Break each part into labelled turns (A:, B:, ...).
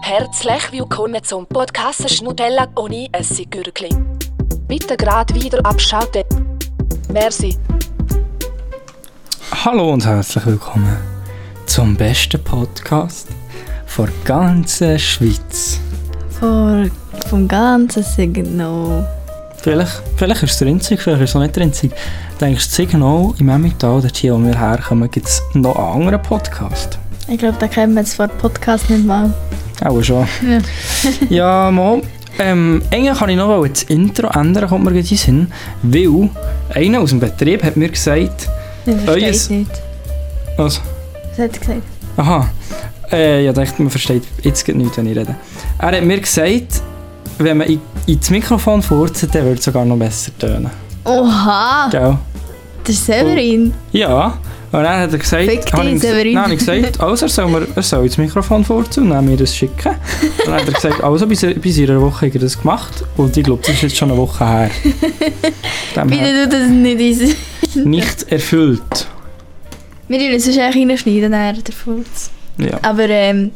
A: Herzlich willkommen zum Podcast Schnutella ohne Essiggürkli. Bitte gerade wieder abschalten. Merci.
B: Hallo und herzlich willkommen zum besten Podcast von der ganzen Schweiz.
C: Vor, vom ganzen Signal.
B: Vielleicht, vielleicht ist es der einzige, vielleicht ist es auch nicht der einzige. Denkst du, Signal im Emmental, dort hier, wo wir herkommen, gibt es noch einen anderen Podcast?
C: Ich glaube, da kennen wir jetzt vor dem Podcast nicht mal.
B: Auch schon.
C: Ja.
B: ja, mal. Ähm, eigentlich kann ich noch das Intro ändern, kommt mir gleich in den Sinn, weil einer aus dem Betrieb hat mir gesagt, also,
C: Ich verstehe
B: Eues-
C: es nicht.
B: was
C: Was hat er gesagt?
B: Aha. Äh, ja, dachte, man versteht jetzt geht nichts, wenn ich rede. Er hat mir gesagt, wenn man in- ins Mikrofon furzt, dann würde es sogar noch besser tönen.
C: Oha,
B: Gell?
C: das ist Severin.
B: Ja. Oh, nou, Und dann hat er gesagt,
C: Fick dich,
B: habe ich,
C: Severin.
B: dann habe ich gesagt, also er soll, mir, er soll ins Mikrofon furzen und dann mir das schicken. Und dann hat er gesagt, also bis, bis in einer Woche hat er das dus gemacht und ich glaube, das ist jetzt schon eine Woche her. Dem
C: Bitte
B: her
C: tu das nicht easy.
B: nicht erfüllt.
C: Wir würden es sonst eigentlich reinschneiden, nachher, der Furz.
B: Ja.
C: Aber ähm,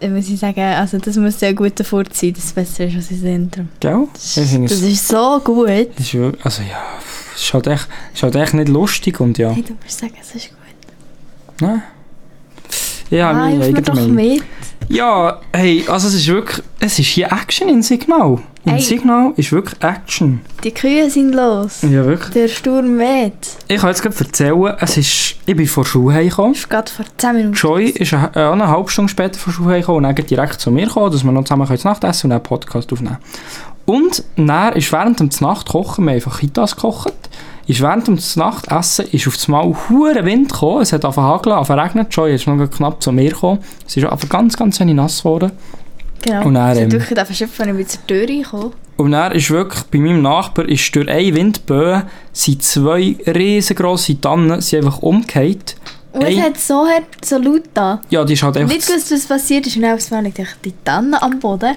C: ich muss ich sagen, also das muss ja ein guter Furz sein, das besser ist als unser Intro.
B: Gell?
C: Das,
B: Ich finde es-
C: das ist so gut.
B: Das ist, wirklich- also ja, pff, ist halt, echt, ist halt echt nicht lustig und ja.
C: Hey, du musst sagen, es ist gut.
B: Nein. Ja,
C: ah,
B: meine
C: hilf mir
B: eigene
C: doch
B: Meinung.
C: mit.
B: Ja, hey, also es ist wirklich, es ist hier Action in Signal. In
C: Hey.
B: Signal ist wirklich Action.
C: Die Kühe sind los.
B: Ja, wirklich.
C: Der Sturm weht.
B: Ich kann jetzt gerade erzählen, es ist, ich bin von der Schule heimgekommen.
C: Es ist gerade vor 10 Minuten.
B: Joy ist eine, äh, eine halbe Stunde später von der Schule heimgekommen und dann direkt zu mir gekommen, dass wir noch zusammen zu Nacht essen und einen Podcast aufnehmen Und dann ist während dem Nachtkochen, wir haben einfach Kitas gekocht, ist während dem Nachtessen ist auf einmal hure Wind gekommen, es hat angefangen zu hageln, angefangen zu regnen, Joy ist noch knapp zu mir gekommen, es ist einfach ganz, ganz wenig nass geworden.
C: Genau.
B: Und
C: Und
B: dann,
C: dann,
B: ähm,
C: ähm, ich darf schimpfen, wenn ich zur Tür reinkomme.
B: Und er ist wirklich, bei meinem Nachbar ist durch eine Windböe sind zwei riesengroße Tannen sind einfach umgekehrt.
C: Und
B: Ey.
C: es hat so hart, so laut da.
B: Ja, die ist halt einfach...
C: Nicht gewusst, was passiert ist. Und dann habe ich gedacht, die Tanne am Boden.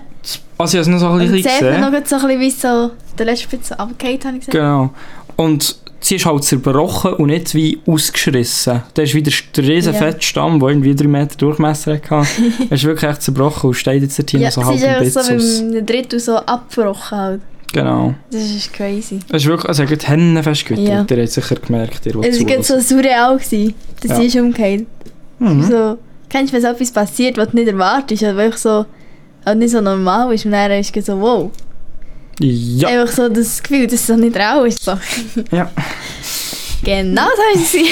B: Also ich habe es nur so ein
C: Und
B: bisschen
C: jetzt sieht man noch
B: gesehen.
C: grad so ein bisschen, wie so der letzte Spitz so abgefallen habe ich gesehen.
B: Genau. Und sie ist halt zerbrochen und nicht wie ausgeschrissen. Da ist wieder der riesen
C: Ja.
B: fette Stamm, der irgendwie 3 Meter Durchmesser hatte. er ist wirklich echt zerbrochen und steht jetzt hier
C: Ja,
B: noch
C: es ist
B: so halb im Blitz
C: einfach so
B: aus.
C: mit dem Drittel so abgebrochen halt.
B: Genau.
C: Das ist crazy.
B: Es ist wirklich, also er hat die Hände festgewittert.
C: Ja.
B: Der hat sicher gemerkt, ihr,
C: Es
B: was
C: war gerade so surreal, gewesen, dass
B: Ja.
C: sie ist umgefallen.
B: Mhm.
C: So, kennst du, wenn so etwas passiert, was du nicht erwartest, aber einfach so, halt nicht so normal ist. Und dann ist es gerade so, wow.
B: Ja.
C: Einfach so das Gefühl, dass es so nicht real ist. So.
B: Ja.
C: Genau so ist sie.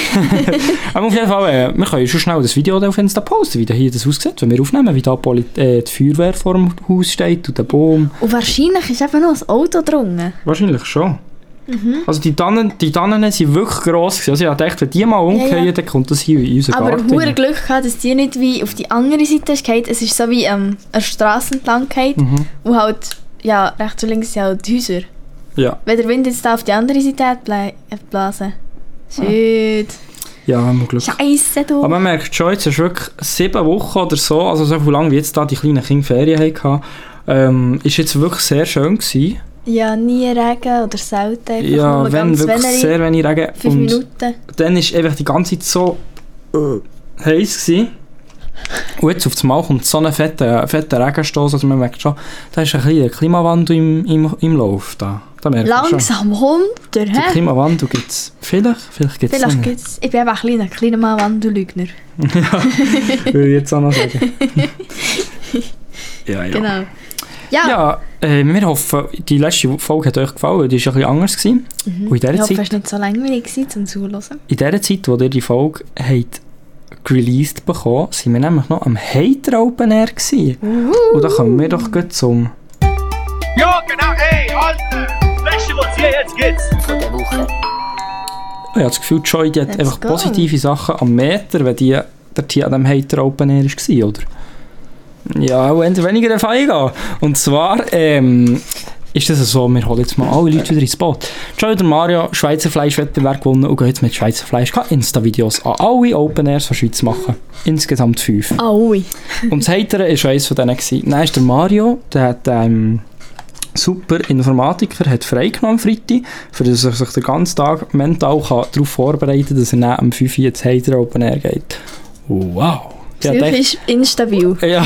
B: Aber auf jeden Fall, äh, wir können schon schnell das Video da auf Insta posten, wie da hier das aussieht, wenn wir aufnehmen, wie da die, Poli- äh, die Feuerwehr vor dem Haus steht und der Baum.
C: Und wahrscheinlich ist eben noch ein Auto drungen.
B: Wahrscheinlich schon.
C: Mhm.
B: Also die Tannen, die Tannen sind wirklich gross gewesen. Also ich dachte, wenn die mal umkehren,
C: ja.
B: dann kommt das hier in unseren
C: Aber
B: Garten.
C: hure Glück gehabt, dass die nicht wie auf die andere Seite ist gefallen. Es ist so wie ähm, eine Straße entlang gefallen.
B: Mhm.
C: Und halt, ja, rechts und links sind halt die Häuser.
B: Ja.
C: Wenn der Wind jetzt da auf die andere Seite hat blei- hat blasen.
B: Ah.
C: Shit.
B: ja, haben wir Glück.
C: Scheisse du.
B: Aber man merkt schon, jetzt ist wirklich sieben Wochen oder so, also so viel lange wie jetzt da die kleinen Kinder Ferien hatten, ähm, ist jetzt wirklich sehr schön gewesen.
C: Ja, nie Regen oder selten. Einfach
B: Ja,
C: nur
B: wenn
C: ganz
B: wirklich
C: wenig.
B: sehr wenig Regen.
C: Fünf
B: und-
C: Minuten.
B: dann war einfach die ganze Zeit so äh, heiß. Gewesen. Und jetzt auf das Mal kommt so ein fetter, fetter Regenstoß, also man merkt schon, da ist ein kleiner Klimawandel im, im, im Lauf. Da, da merkt man schon.
C: Langsam runter,
B: Den
C: hä?
B: Klimawandel gibt es vielleicht, vielleicht gibt es
C: Vielleicht
B: nicht.
C: gibt's. Ich bin einfach ein kleiner, kleiner Mann, Wandelügner.
B: Würde ich jetzt auch noch sagen. ja, ja.
C: Genau. Ja,
B: Ja, äh, wir hoffen, die letzte Folge hat euch gefallen, die war ein bisschen anders. Gewesen. Und in
C: ich
B: dieser
C: hoffe, es
B: Zeit,
C: war nicht so langweilig gewesen, zum Zuhören.
B: in dieser Zeit, wo ihr die Folge habt released bekommen, sind wir nämlich noch am Hater Open Air gewesen. Und dann kommen wir doch gut zum. oh,
D: Ja, genau, ey, Alter! Fläche, was hier jetzt geht's!
B: Ich habe das Gefühl, Joy die hat
C: Let's
B: einfach
C: go.
B: positive Sachen am Meter, wenn die der Tier an dem Hater Open Air war, oder? Ja, auch eher weniger auf eingehen. Und zwar ähm, ist das so, wir holen jetzt mal alle Leute wieder ins Boot. Joy und Mario Schweizer Fleischwettbewerb gewonnen und gehen jetzt mit Schweizer Fleisch keine Insta-Videos an alle Open Airs von Schweiz machen. Insgesamt fünf.
C: Ah, ui.
B: Und das Heitere war eines von denen. gewesen. Dann ist der Mario, der hat ähm, super Informatiker, hat freigenommen am Freitag, für das er sich den ganzen Tag dus mental kann darauf vorbereiten kann, dass er dann am 5 Uhr ins Heitere Open Air geht. Wow, Ich hab
C: Psychisch
B: gedacht-
C: instabil.
B: Ja,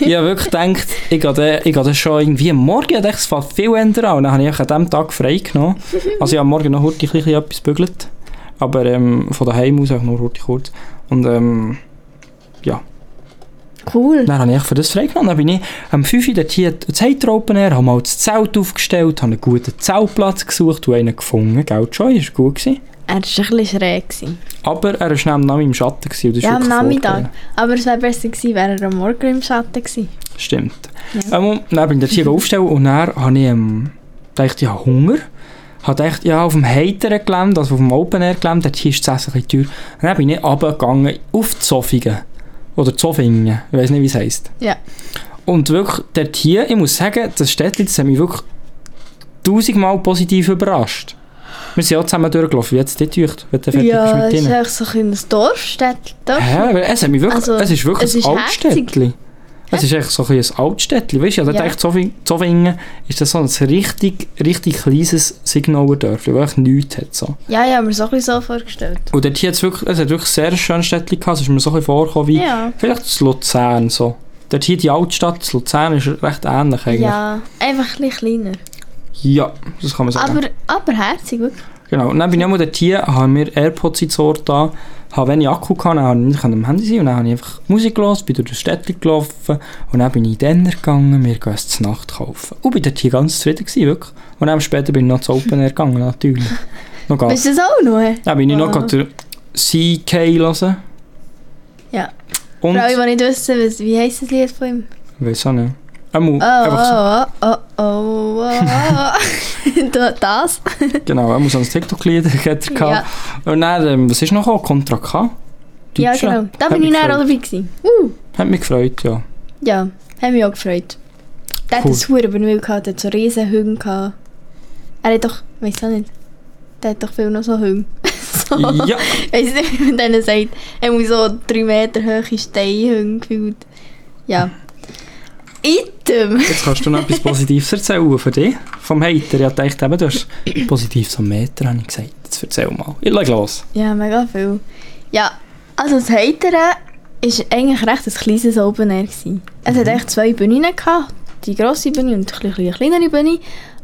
B: ich habe wirklich gedacht, eh, ich gehe dann- ich gehe dann schon irgendwie am Morgen, ich dachte, es fängt viel eher an. Und dann habe ich an diesem Tag frei genommen. Also ich habe am Morgen noch hurtig ein bisschen etwas bügelt. Aber ähm, von daheim aus auch nur hurtig kurz. Und ähm,
C: Cool.
B: dann habe ich für das frei genommen. Dann bin ich am 5 Uhr dort hier das Heiter Open Air, habe mal er das Zelt aufgestellt, habe einen guten Zeltplatz gesucht und einen gefunden. Gell, schon, ist gut gewesen.
C: Er war ein bisschen schräg. Gewesen.
B: Aber er war schnell am Nachmittag im Schatten. Gewesen, und das ist
C: Ja, am
B: wirklich
C: Nachmittag.
B: vorteilhaft.
C: Aber es wäre besser gewesen, wäre er am Morgen im Schatten gewesen.
B: Stimmt. Ähm, dann bin ich dort hier aufgestellt und dann habe ich ähm, gedacht, ich habe Hunger. Habe gedacht, ja, auf dem heiteren Gelände, also auf dem Open Air Gelände, dort ist das Essen ein bisschen teuer. Und dann bin ich runtergegangen auf die Zofingen. Oder Zofingen, ich weiß nicht, wie es heisst.
C: Ja.
B: Und wirklich, dort hier, ich muss sagen, das Städtchen, das hat mich wirklich tausendmal positiv überrascht. Wir sind ja zusammen durchgelaufen, wie hat es dich gedacht, wenn du fertig
C: ja,
B: bist mit
C: es ist
B: ihnen?
C: einfach so ein kleines Dorfstädtchen.
B: Hä?
C: Dorf.
B: Aber Es, hat mich wirklich,
C: Also,
B: es ist wirklich
C: es ist
B: ein Altstädtli. Es ist echt so ein, bisschen ein Altstädtli. Weißt du, Also, ich habe
C: Ja.
B: gedacht, Zofing- Zofingen ist das so ein richtig, richtig kleines Signalerdörfli, das echt nichts hat. So.
C: Ja, ich habe mir so ein bisschen so vorgestellt.
B: Und dort hier hat's wirklich, es hat wirklich sehr schönes Städtli gehabt. Es ist mir so ein bisschen vorgekommen wie
C: Ja.
B: vielleicht das Luzern. So. Dort hier die Altstadt, das Luzern ist recht ähnlich eigentlich. Ja,
C: Ja, einfach ein bisschen kleiner.
B: das kann man sagen.
C: Aber, aber herzig, wirklich.
B: Genau, und dann bin ich einmal dort hier, habe mir AirPods ins Ohr da, habe wenig Akku gehabt, dann konnte ich nicht am Handy sein und dann habe ich einfach Musik gehört, bin durch das Städtchen gelaufen und dann bin ich in den Denner gegangen, wir gehen es zur Nacht kaufen. Und bin dort hier ganz zufrieden gewesen, wirklich. Und dann später bin ich noch zu Open Air gegangen, natürlich. Noch ganz.
C: Bist du das auch noch?
B: Dann bin ich noch
C: Wow.
B: gerade den CK hören.
C: Ja.
B: Und,
C: Für alle, die nicht wissen, was, wie heisst das Lied von ihm?
B: weiß auch nicht. Einmal,
C: Oh,
B: einfach so.
C: oh, oh, oh, oh, oh, oh. Da- das?
B: Genau, er muss ans TikTok-Lied hat er gehabt. Und dann, ähm, was ist noch gekommen? Contra K?
C: Ja,
B: Deutsche.
C: genau. Da
B: Hat
C: bin
B: mich
C: ich dann auch
B: gefreut.
C: dabei gewesen. Uh,
B: Hat mich gefreut, ja.
C: ja, hat mich auch gefreut. Der hat
B: Cool.
C: das Huren benötigt gehabt, der hat so riesen Hügel gehabt. Er hat doch, weiß auch nicht, der hat doch viel noch so Hügel. so.
B: Ja.
C: Weiss nicht, wie man denen sagt. Er muss so drei Meter hohe Steinhügel gefühlt. Ja. Item.
B: Jetzt kannst du noch etwas Positives erzählen für dich. Vom Hater. Ich dachte eben, du hast Positives am Meter, habe ich gesagt. Jetzt erzähl mal. Ich leg los.
C: Ja, mega viel. Ja, also das Heitere war eigentlich recht ein kleines Open Air. gewesen. Es hat echt zwei Bühnen gehabt. Die grosse Bühne und die kleine, kleinere Bühne.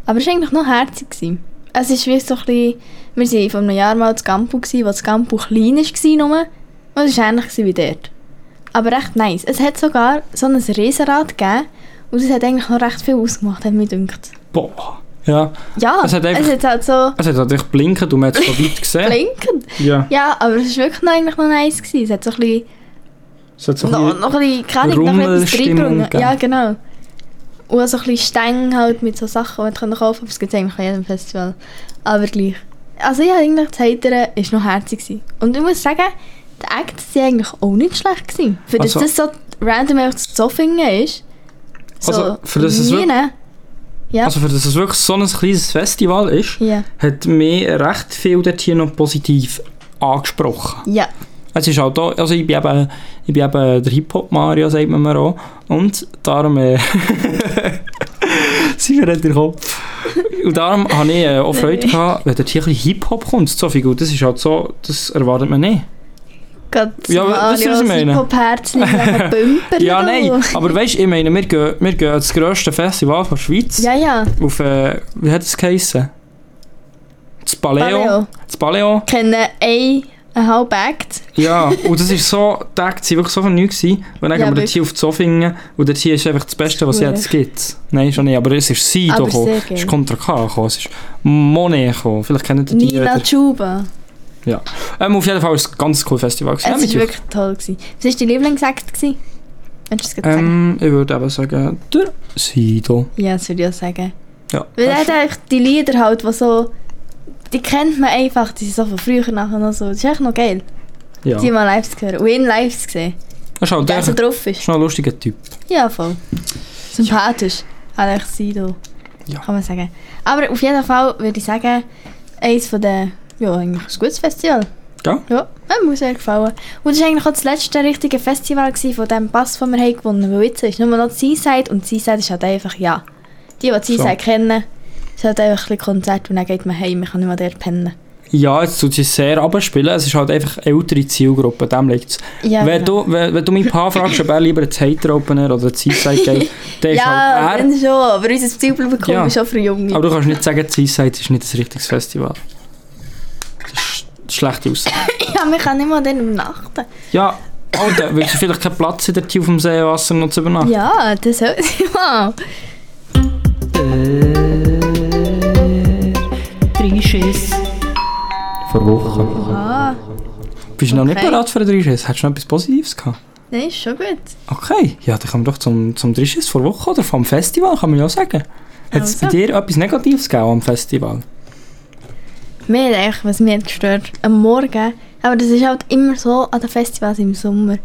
C: Aber es war eigentlich noch herzig. Gewesen. Es ist wie so ein bisschen, wir waren vor einem Jahr mal das Campo, gewesen, wo das Campo klein war. Nur. Und es war ähnlich gewesen wie dort. Aber recht nice. Es hat sogar so ein Riesenrad gegeben. Und es hat eigentlich noch recht viel ausgemacht, hat mir gedacht.
B: Boah. Ja.
C: Ja,
B: Es
C: es
B: hat
C: hat,
B: einfach-
C: halt so
B: Es hat natürlich blinken, du hast es von weit gesehen.
C: blinkend.
B: ja.
C: Ja, aber es war wirklich noch, eigentlich noch nice. Gewesen. Es hat so ein bisschen
B: Es hat so
C: noch,
B: ein
C: noch ein bisschen, keine Ahnung, noch etwas
B: Rummelstimmung
C: reinbringen.
B: gegeben.
C: Ja, genau. Und auch so ein bisschen Stänge halt mit so Sachen, die man kaufen kann. Aber es gibt es eigentlich an jedem Festival. Aber gleich. Also ja, eigentlich das Heitere war noch herzig. Gewesen. Und ich muss sagen, die Acts waren eigentlich auch nicht schlecht. Gewesen. Für
B: Also-
C: das das so random einfach zu Zoffingen ist. So
B: Also, für das es
C: nie,
B: wirklich-
C: ne? Ja.
B: also für das es wirklich so ein kleines Festival ist,
C: ja.
B: hat mich recht viel dort hier noch positiv angesprochen.
C: Ja.
B: Es ist halt auch, also ich bin eben, ich bin eben der Hip-Hop-Mario, sagt man mir auch. Und darum... Äh, Sie verrät den Kopf. Und darum habe ich äh, auch Freude gehabt, wenn dort hier ein bisschen Hip-Hop kommt. So viel gut, das ist halt so, das erwartet man nicht.
C: Gerade
B: Ja,
C: so
B: wisst ihr, was ich
C: Marios
B: meine?
C: Hip-Hop-Herzchen neben Bumper.
B: Ja, nein,
C: oder
B: aber weißt du, ich meine, wir gehen, wir gehen an das grösste Festival von der Schweiz.
C: so. Ja, ja.
B: Auf, äh, wie hat es geheissen? Das Paleo.
C: Paleo.
B: Das Paleo.
C: Kennen eineinhalb Acts.
B: Ja, und das ist so, die Acts waren wirklich so viel neu. gewesen. Und dann
C: Ja,
B: gehen wir dort
C: wirklich.
B: hier auf die Zofingen und dort hier ist einfach das Beste, was es jetzt gibt. Nein, schon nicht, aber es ist sie
C: Aber
B: gekommen.
C: sehr
B: Es ist
C: geil.
B: Contra K gekommen, es ist Monet gekommen. Vielleicht kennt ihr die.
C: Nina
B: wieder.
C: Chuba.
B: Ja. Ähm, auf jeden Fall war es ein ganz cooles Festival. gewesen.
C: Es
B: Nehmt
C: war
B: euch.
C: wirklich toll. Gewesen. Was war dein Lieblingsakt? gewesen? Willst du es gerade sagen?
B: Ähm, ich würde eben sagen, der Sido.
C: Ja, das würde ich auch sagen.
B: Ja.
C: Weil er
B: das-
C: hat eigentlich die Lieder halt, die so... Die kennt man einfach, die sind so von früher nachher noch so. Das ist echt noch geil,
B: ja.
C: die also- mal live zu hören. Und ihn live zu sehen.
B: Das ist halt
C: Der
B: der,
C: so
B: der
C: drauf
B: ist
C: ist.
B: noch ein lustiger Typ.
C: Ja, voll. Sympathisch. Hat echt Sido.
B: Ja.
C: Kann man sagen. Aber auf jeden Fall würde ich sagen, eins von den... Ja, eigentlich ein gutes Festival.
B: Gell?
C: Ja, hat mir sehr gefallen. Und es war eigentlich auch das letzte richtige Festival gewesen von dem Pass, den wir haben gewonnen haben. Weil jetzt ist nur noch die Seaside und die Seaside ist halt einfach, ja. Die, die die Seaside kennen, ist halt einfach ein bisschen Konzert und dann geht man heim, man kann nicht mehr dort pennen.
B: Ja, jetzt tut sie es sehr abspielen. Es ist halt einfach eine ältere Zielgruppe, dem liegt es.
C: Ja,
B: wenn,
C: genau.
B: du, wenn, wenn du meinen Paar fragst, ob er lieber einen Hater Opener oder einen Seaside geht, dann ist
C: ja,
B: halt er.
C: dann schon. Aber unser Zielpublikum
B: Ja.
C: ist schon für Junge.
B: Aber du kannst nicht sagen, Seaside ist nicht ein richtiges Festival. Das ist eine schlechte Aussage.
C: Ja, wir können nicht mal dann um übernachten.
B: Ja, Alter, willst du vielleicht keinen Platz in der Tür auf dem Seewasser noch zu übernachten?
C: Ja, das sollte sie mal.
E: Trisches.
F: Vor Wochen.
C: Ah,
B: Bist du noch nicht
C: Okay.
B: bereit für einen Dreischess? Hättest du noch etwas Positives gehabt?
C: nein, ist schon gut.
B: Okay, ja, dann kommen wir doch zum, zum Dreischess vor Woche oder vom Festival, kann man ja auch sagen. Hat es bei
C: Also.
B: dir etwas Negatives gegeben am Festival?
C: Mir hat eigentlich, was mich hat gestört am Morgen, aber das ist halt immer so an den Festivals im Sommer.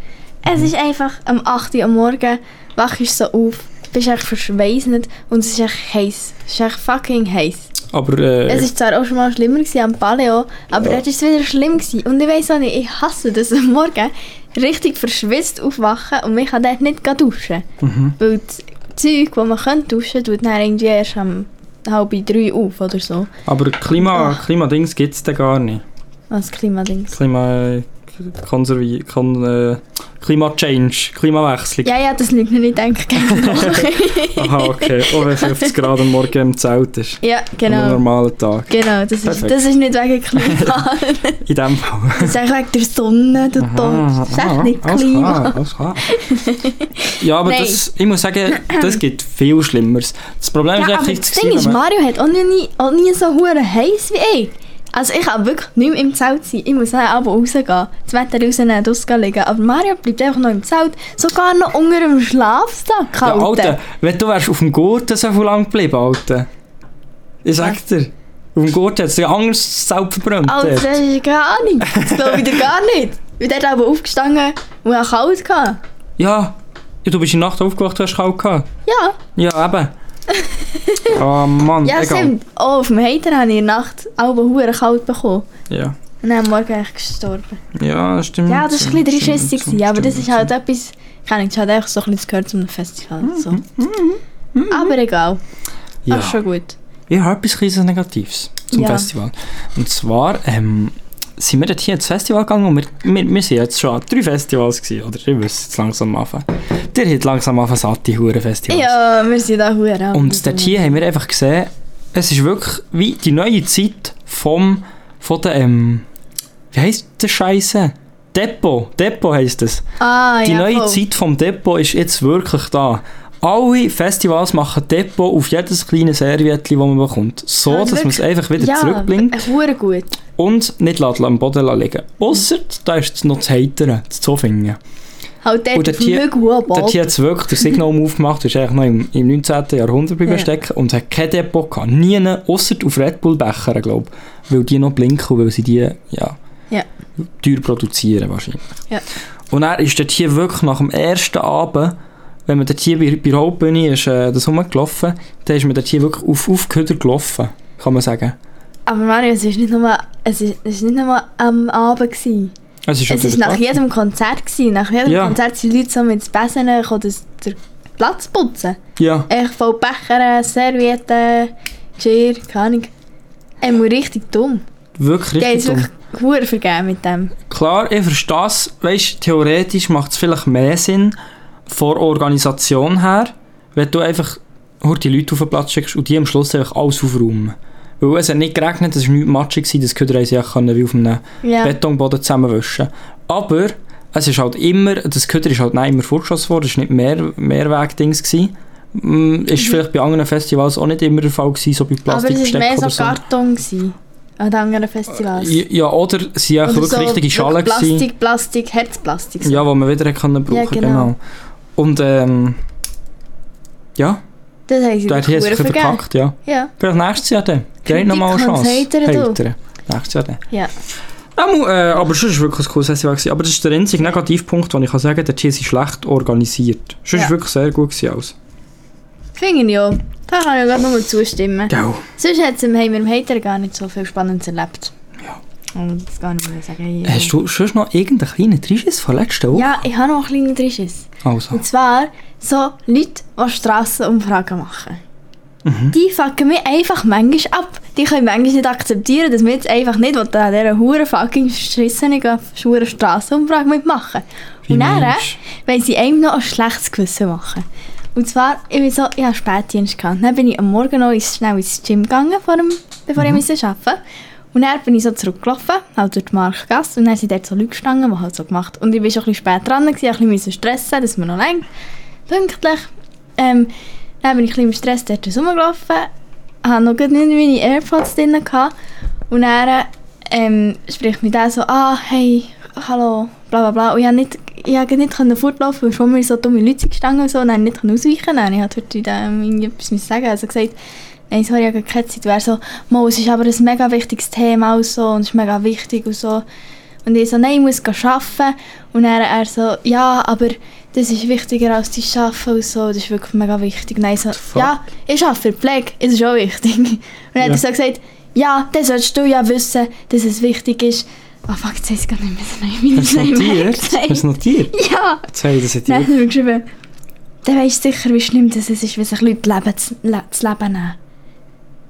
C: Es ist einfach am 8 Uhr am Morgen, wachst du so auf, bist echt verschweißend und es ist echt heiß. Es ist echt fucking heiß.
B: Aber äh,
C: Es ist zwar auch schon mal schlimmer gewesen am Paleo, aber dort ist es wieder schlimm gewesen. Und ich weiss auch nicht, ich hasse das am Morgen. Richtig verschwitzt aufwachen und man kann dort nicht gleich duschen.
B: Mhm.
C: Weil das Zeug, das man könnte duschen tut dann irgendwie erst am halb drei auf oder so.
B: aber Klima,
C: Oh.
B: Klimadings gibt es da gar nicht.
C: Als Klimadings.
B: Klima, Konservi, Kon, äh, Klimachange, Klimawechsel.
C: Ja, ja, das liegt mir nicht denken gegen
B: Aha, okay. Oh, wenn 50 Grad am Morgen im Zelt ist.
C: Ja,
B: An einem
C: genau.
B: normalen Tag.
C: Genau, das ist,
B: Perfekt.
C: das ist nicht wegen Klima.
B: In dem Fall. Ah,
C: das ist eigentlich wegen der Sonne, du Tod. Das ist echt nicht
B: alles
C: Klima.
B: klar, alles klar. ja, aber
C: Nein.
B: das, ich muss sagen, das gibt viel Schlimmeres. Das Problem ist
C: Ja, aber
B: einfach,
C: das
B: gewesen,
C: Ding ist,
B: wenn man-
C: Mario hat auch nie, auch nie so hure heiß wie ich. Also ich kann wirklich nicht mehr im Zelt sein. Ich muss dann aber rausgehen, das Wetter rausnehmen, rausgehen liegen. Aber Mario bleibt einfach noch im Zelt, sogar noch unter dem Schlafsack
B: ja,
C: halten.
B: Alter, wenn du wärst auf dem Gurten so viel lang geblieben, Alter. Ich sag dir. Auf dem Gurten hat es anders selbst verbrannt.
C: Alter,
B: dort.
C: das ist gar nicht. Das glaube ich dir gar nicht. Ich bin dort aber aufgestanden und hatte kalt. gehabt.
B: Ja. ja, du bist in der Nacht aufgewacht, du hast kalt gehabt.
C: Ja.
B: Ja, eben. oh Mann,
C: Ja,
B: egal.
C: stimmt. Oh, auf dem Heiter habe ich in der Nacht auch hure kalt bekommen.
B: Ja.
C: Und dann am Morgen echt gestorben.
B: ja, stimmt.
C: Ja, das war ein bisschen dreisschiss,
B: stimmt,
C: aber das
B: stimmt,
C: ist halt etwas... Keine Ahnung, das hat halt einfach so ein bisschen gehört zum Festival.
B: Mhm,
C: und So. Aber egal,
B: stimmt.
C: das
B: mhm, Ja.
C: ist schon gut.
B: Ich habe etwas kleines Negatives zum
C: Ja.
B: Festival. Und zwar ähm, sind wir dort hier ins Festival gegangen und wir, wir, wir sind jetzt schon an drei Festivals gewesen, oder? Ich muss jetzt langsam anfangen. Der hat langsam anfangen, satte Huren-Festivals.
C: Ja, wir sind da hure
B: Und dort hier haben wir einfach gesehen, es ist wirklich wie die neue Zeit vom, von der, ähm, wie heisst der Scheiße? Depot. Depot heisst es.
C: Ah,
B: Die
C: ja,
B: neue
C: voll.
B: Zeit vom Depot ist jetzt wirklich da. Alle Festivals machen Depot auf jedes kleine Serviettchen, das man bekommt. So,
C: Ja,
B: dass man es
C: Ah, wirklich.
B: einfach wieder
C: ja,
B: zurückbringt
C: äh, hure gut.
B: und nicht lassen, am Boden liegen Außer da ist noch das Heiteren, das Zofingen.
C: Halt dort
B: Und
C: auf
B: dort
C: dem
B: hier-
C: Hügel oben.
B: Dort hat es wirklich den Signal aufgemacht, ist eigentlich noch im, im 19. Jahrhundert bleiben
C: Ja.
B: stecken und hat kein Depot gehabt. Nie, außer auf Red Bull Bechern, glaube ich. Weil die noch blinken und weil sie die, ja,
C: Ja.
B: teuer produzieren wahrscheinlich.
C: Ja.
B: Und er ist dort hier wirklich nach dem ersten Abend, wenn man dort hier bei, bei der Hauptbühne ist, äh, das rumgelaufen, dann ist man dort hier wirklich auf, auf Köder gelaufen, kann man sagen.
C: Aber Mario, es war nicht nur, es ist, es ist nicht nur am Abend. Gewesen.
B: Es ist,
C: Es
B: natürlich
C: war nach
B: klar.
C: jedem Konzert. Gewesen. Nach jedem
B: Ja.
C: Konzert sind die Leute so mit Besen gekommen, dass der Platz putzen.
B: Ja.
C: Echt voll Becher, Servietten, Geschirr, keine Ahnung. Ähm, richtig dumm.
B: Wirklich
C: Die haben
B: richtig dumm.
C: es wirklich hure vergeben mit dem.
B: Klar, ich verstehe es. Weißt, theoretisch macht es vielleicht mehr Sinn von der Organisation her, wenn du einfach hör, die Leute auf den Platz schickst und die am Schluss einfach alles aufräumen. Weil es hat nicht geregnet, es war nicht matschig, gewesen, das könnte sie auch können, wie auf einem
C: Ja.
B: Betonboden zusammenwischen. Aber es ist halt immer, das Köder ist halt nein, immer vorgeschossen worden, es war nicht mehr, Mehrwegdings. Gewesen. Mm, Ist vielleicht bei anderen Festivals auch nicht immer der Fall gewesen, so bei
C: Mhm. Aber es war
B: Plastikbesteck
C: mehr
B: oder
C: so
B: so.
C: Karton gewesen, an den anderen Festivals.
B: Ja, oder sie waren wirklich richtige Schalen.
C: wirklich
B: gewesen.
C: Plastik, Plastik, Herzplastik.
B: Ja, wo man wieder hätte können brauchen
C: Ja,
B: genau.
C: genau.
B: Und ähm, ja,
C: Das haben sie
B: da hat hier
C: wirklich
B: sich
C: hure vergeben.
B: verpackt, ja.
C: Ja.
B: Vielleicht nächstes Jahr dann. Gleich
C: Kritik
B: nochmal eine
C: kann
B: Chance.
C: hatern, du.
B: Hatern. Nächstes Jahr dann.
C: Ja.
B: Ja, mu- äh, aber sonst war wirklich ein cooles Festival. gewesen. Aber das ist der einzige Negativpunkt, den ich kann sagen kann, der Tier ist schlecht organisiert. Sonst war
C: Ja.
B: es wirklich sehr gut gewesen alles.
C: Finde ich ja. Da kann ich gerade nur zustimmen.
B: Gell.
C: Sonst hat's im, haben wir im Hater gar nicht so viel Spannendes erlebt. Ja. Und das gar nicht mehr sagen.
B: Hast du sonst noch irgendeinen kleinen Trisches von letzter Woche?
C: ja, ich habe noch einen kleinen Drischiss.
B: Also.
C: Und zwar so Leute, die Strassenumfragen machen. die fucken mich einfach manchmal ab. Die können manchmal nicht akzeptieren, dass wir jetzt einfach nicht an dieser huren fucking verschissenen schwuren Strassenumfrage mitmachen.
B: Wie
C: und dann äh,
B: meinst
C: wollen sie einem noch ein schlechtes Gewissen machen. Und zwar, ich, bin so, ich hatte Spätdienst. Gehabt. Dann bin ich am Morgen noch ins, schnell ins Gym gegangen, vor dem, bevor
B: Mhm.
C: ich musste arbeiten musste. Und dann bin ich so zurückgelaufen, halt durch die Marktgasse. Und dann sind dort so Leute gestanden, die halt so gemacht Und ich war schon ein bisschen spät dran, gewesen, ein bisschen müssen stressen, dass wir noch länger pünktlich. Ähm, dann bin ich ein bisschen im Stress dort rumgelaufen, hatte noch gerade nicht meine Airpods drin. Gehabt. Und dann ähm, spricht mich der so, ah, hey, hallo, bla bla bla. Und ich konnte nicht, ich hab grad nicht können fortlaufen, weil schon mir so dumme Leute sind gestanden und so, und dann nicht können ausweichen konnte. Dann hat heute ähm, irgendwie etwas müssen sagen also gesagt, nein, sorry, ich habe keine Zeit. Wäre so, «Mo, es ist aber ein mega wichtiges Thema und so, und es ist mega wichtig und so. Und ich so, nein, ich muss gehen arbeiten. Und dann er so, ja, aber das ist wichtiger als die Arbeiten und so, das ist wirklich mega wichtig. Nein, so, ja, ich arbeite für die Pflege, das ist auch wichtig. Und dann hat
B: Ja.
C: er so gesagt, ja, das solltest du ja wissen, dass es wichtig ist. Ah fuck, jetzt weiß ich gar nicht mehr,
B: Hast
C: dass
B: du
C: ich
B: es
C: meine Namen
B: notiert? Hast du es
C: gesagt
B: notiert?
C: Ja!
B: Jetzt habe ich das
C: Dann hat
B: notiert.
C: er mir geschrieben, dann weisst du sicher, wie schlimm das ist, wenn sich Leute Leben zu, le, zu Leben nehmen.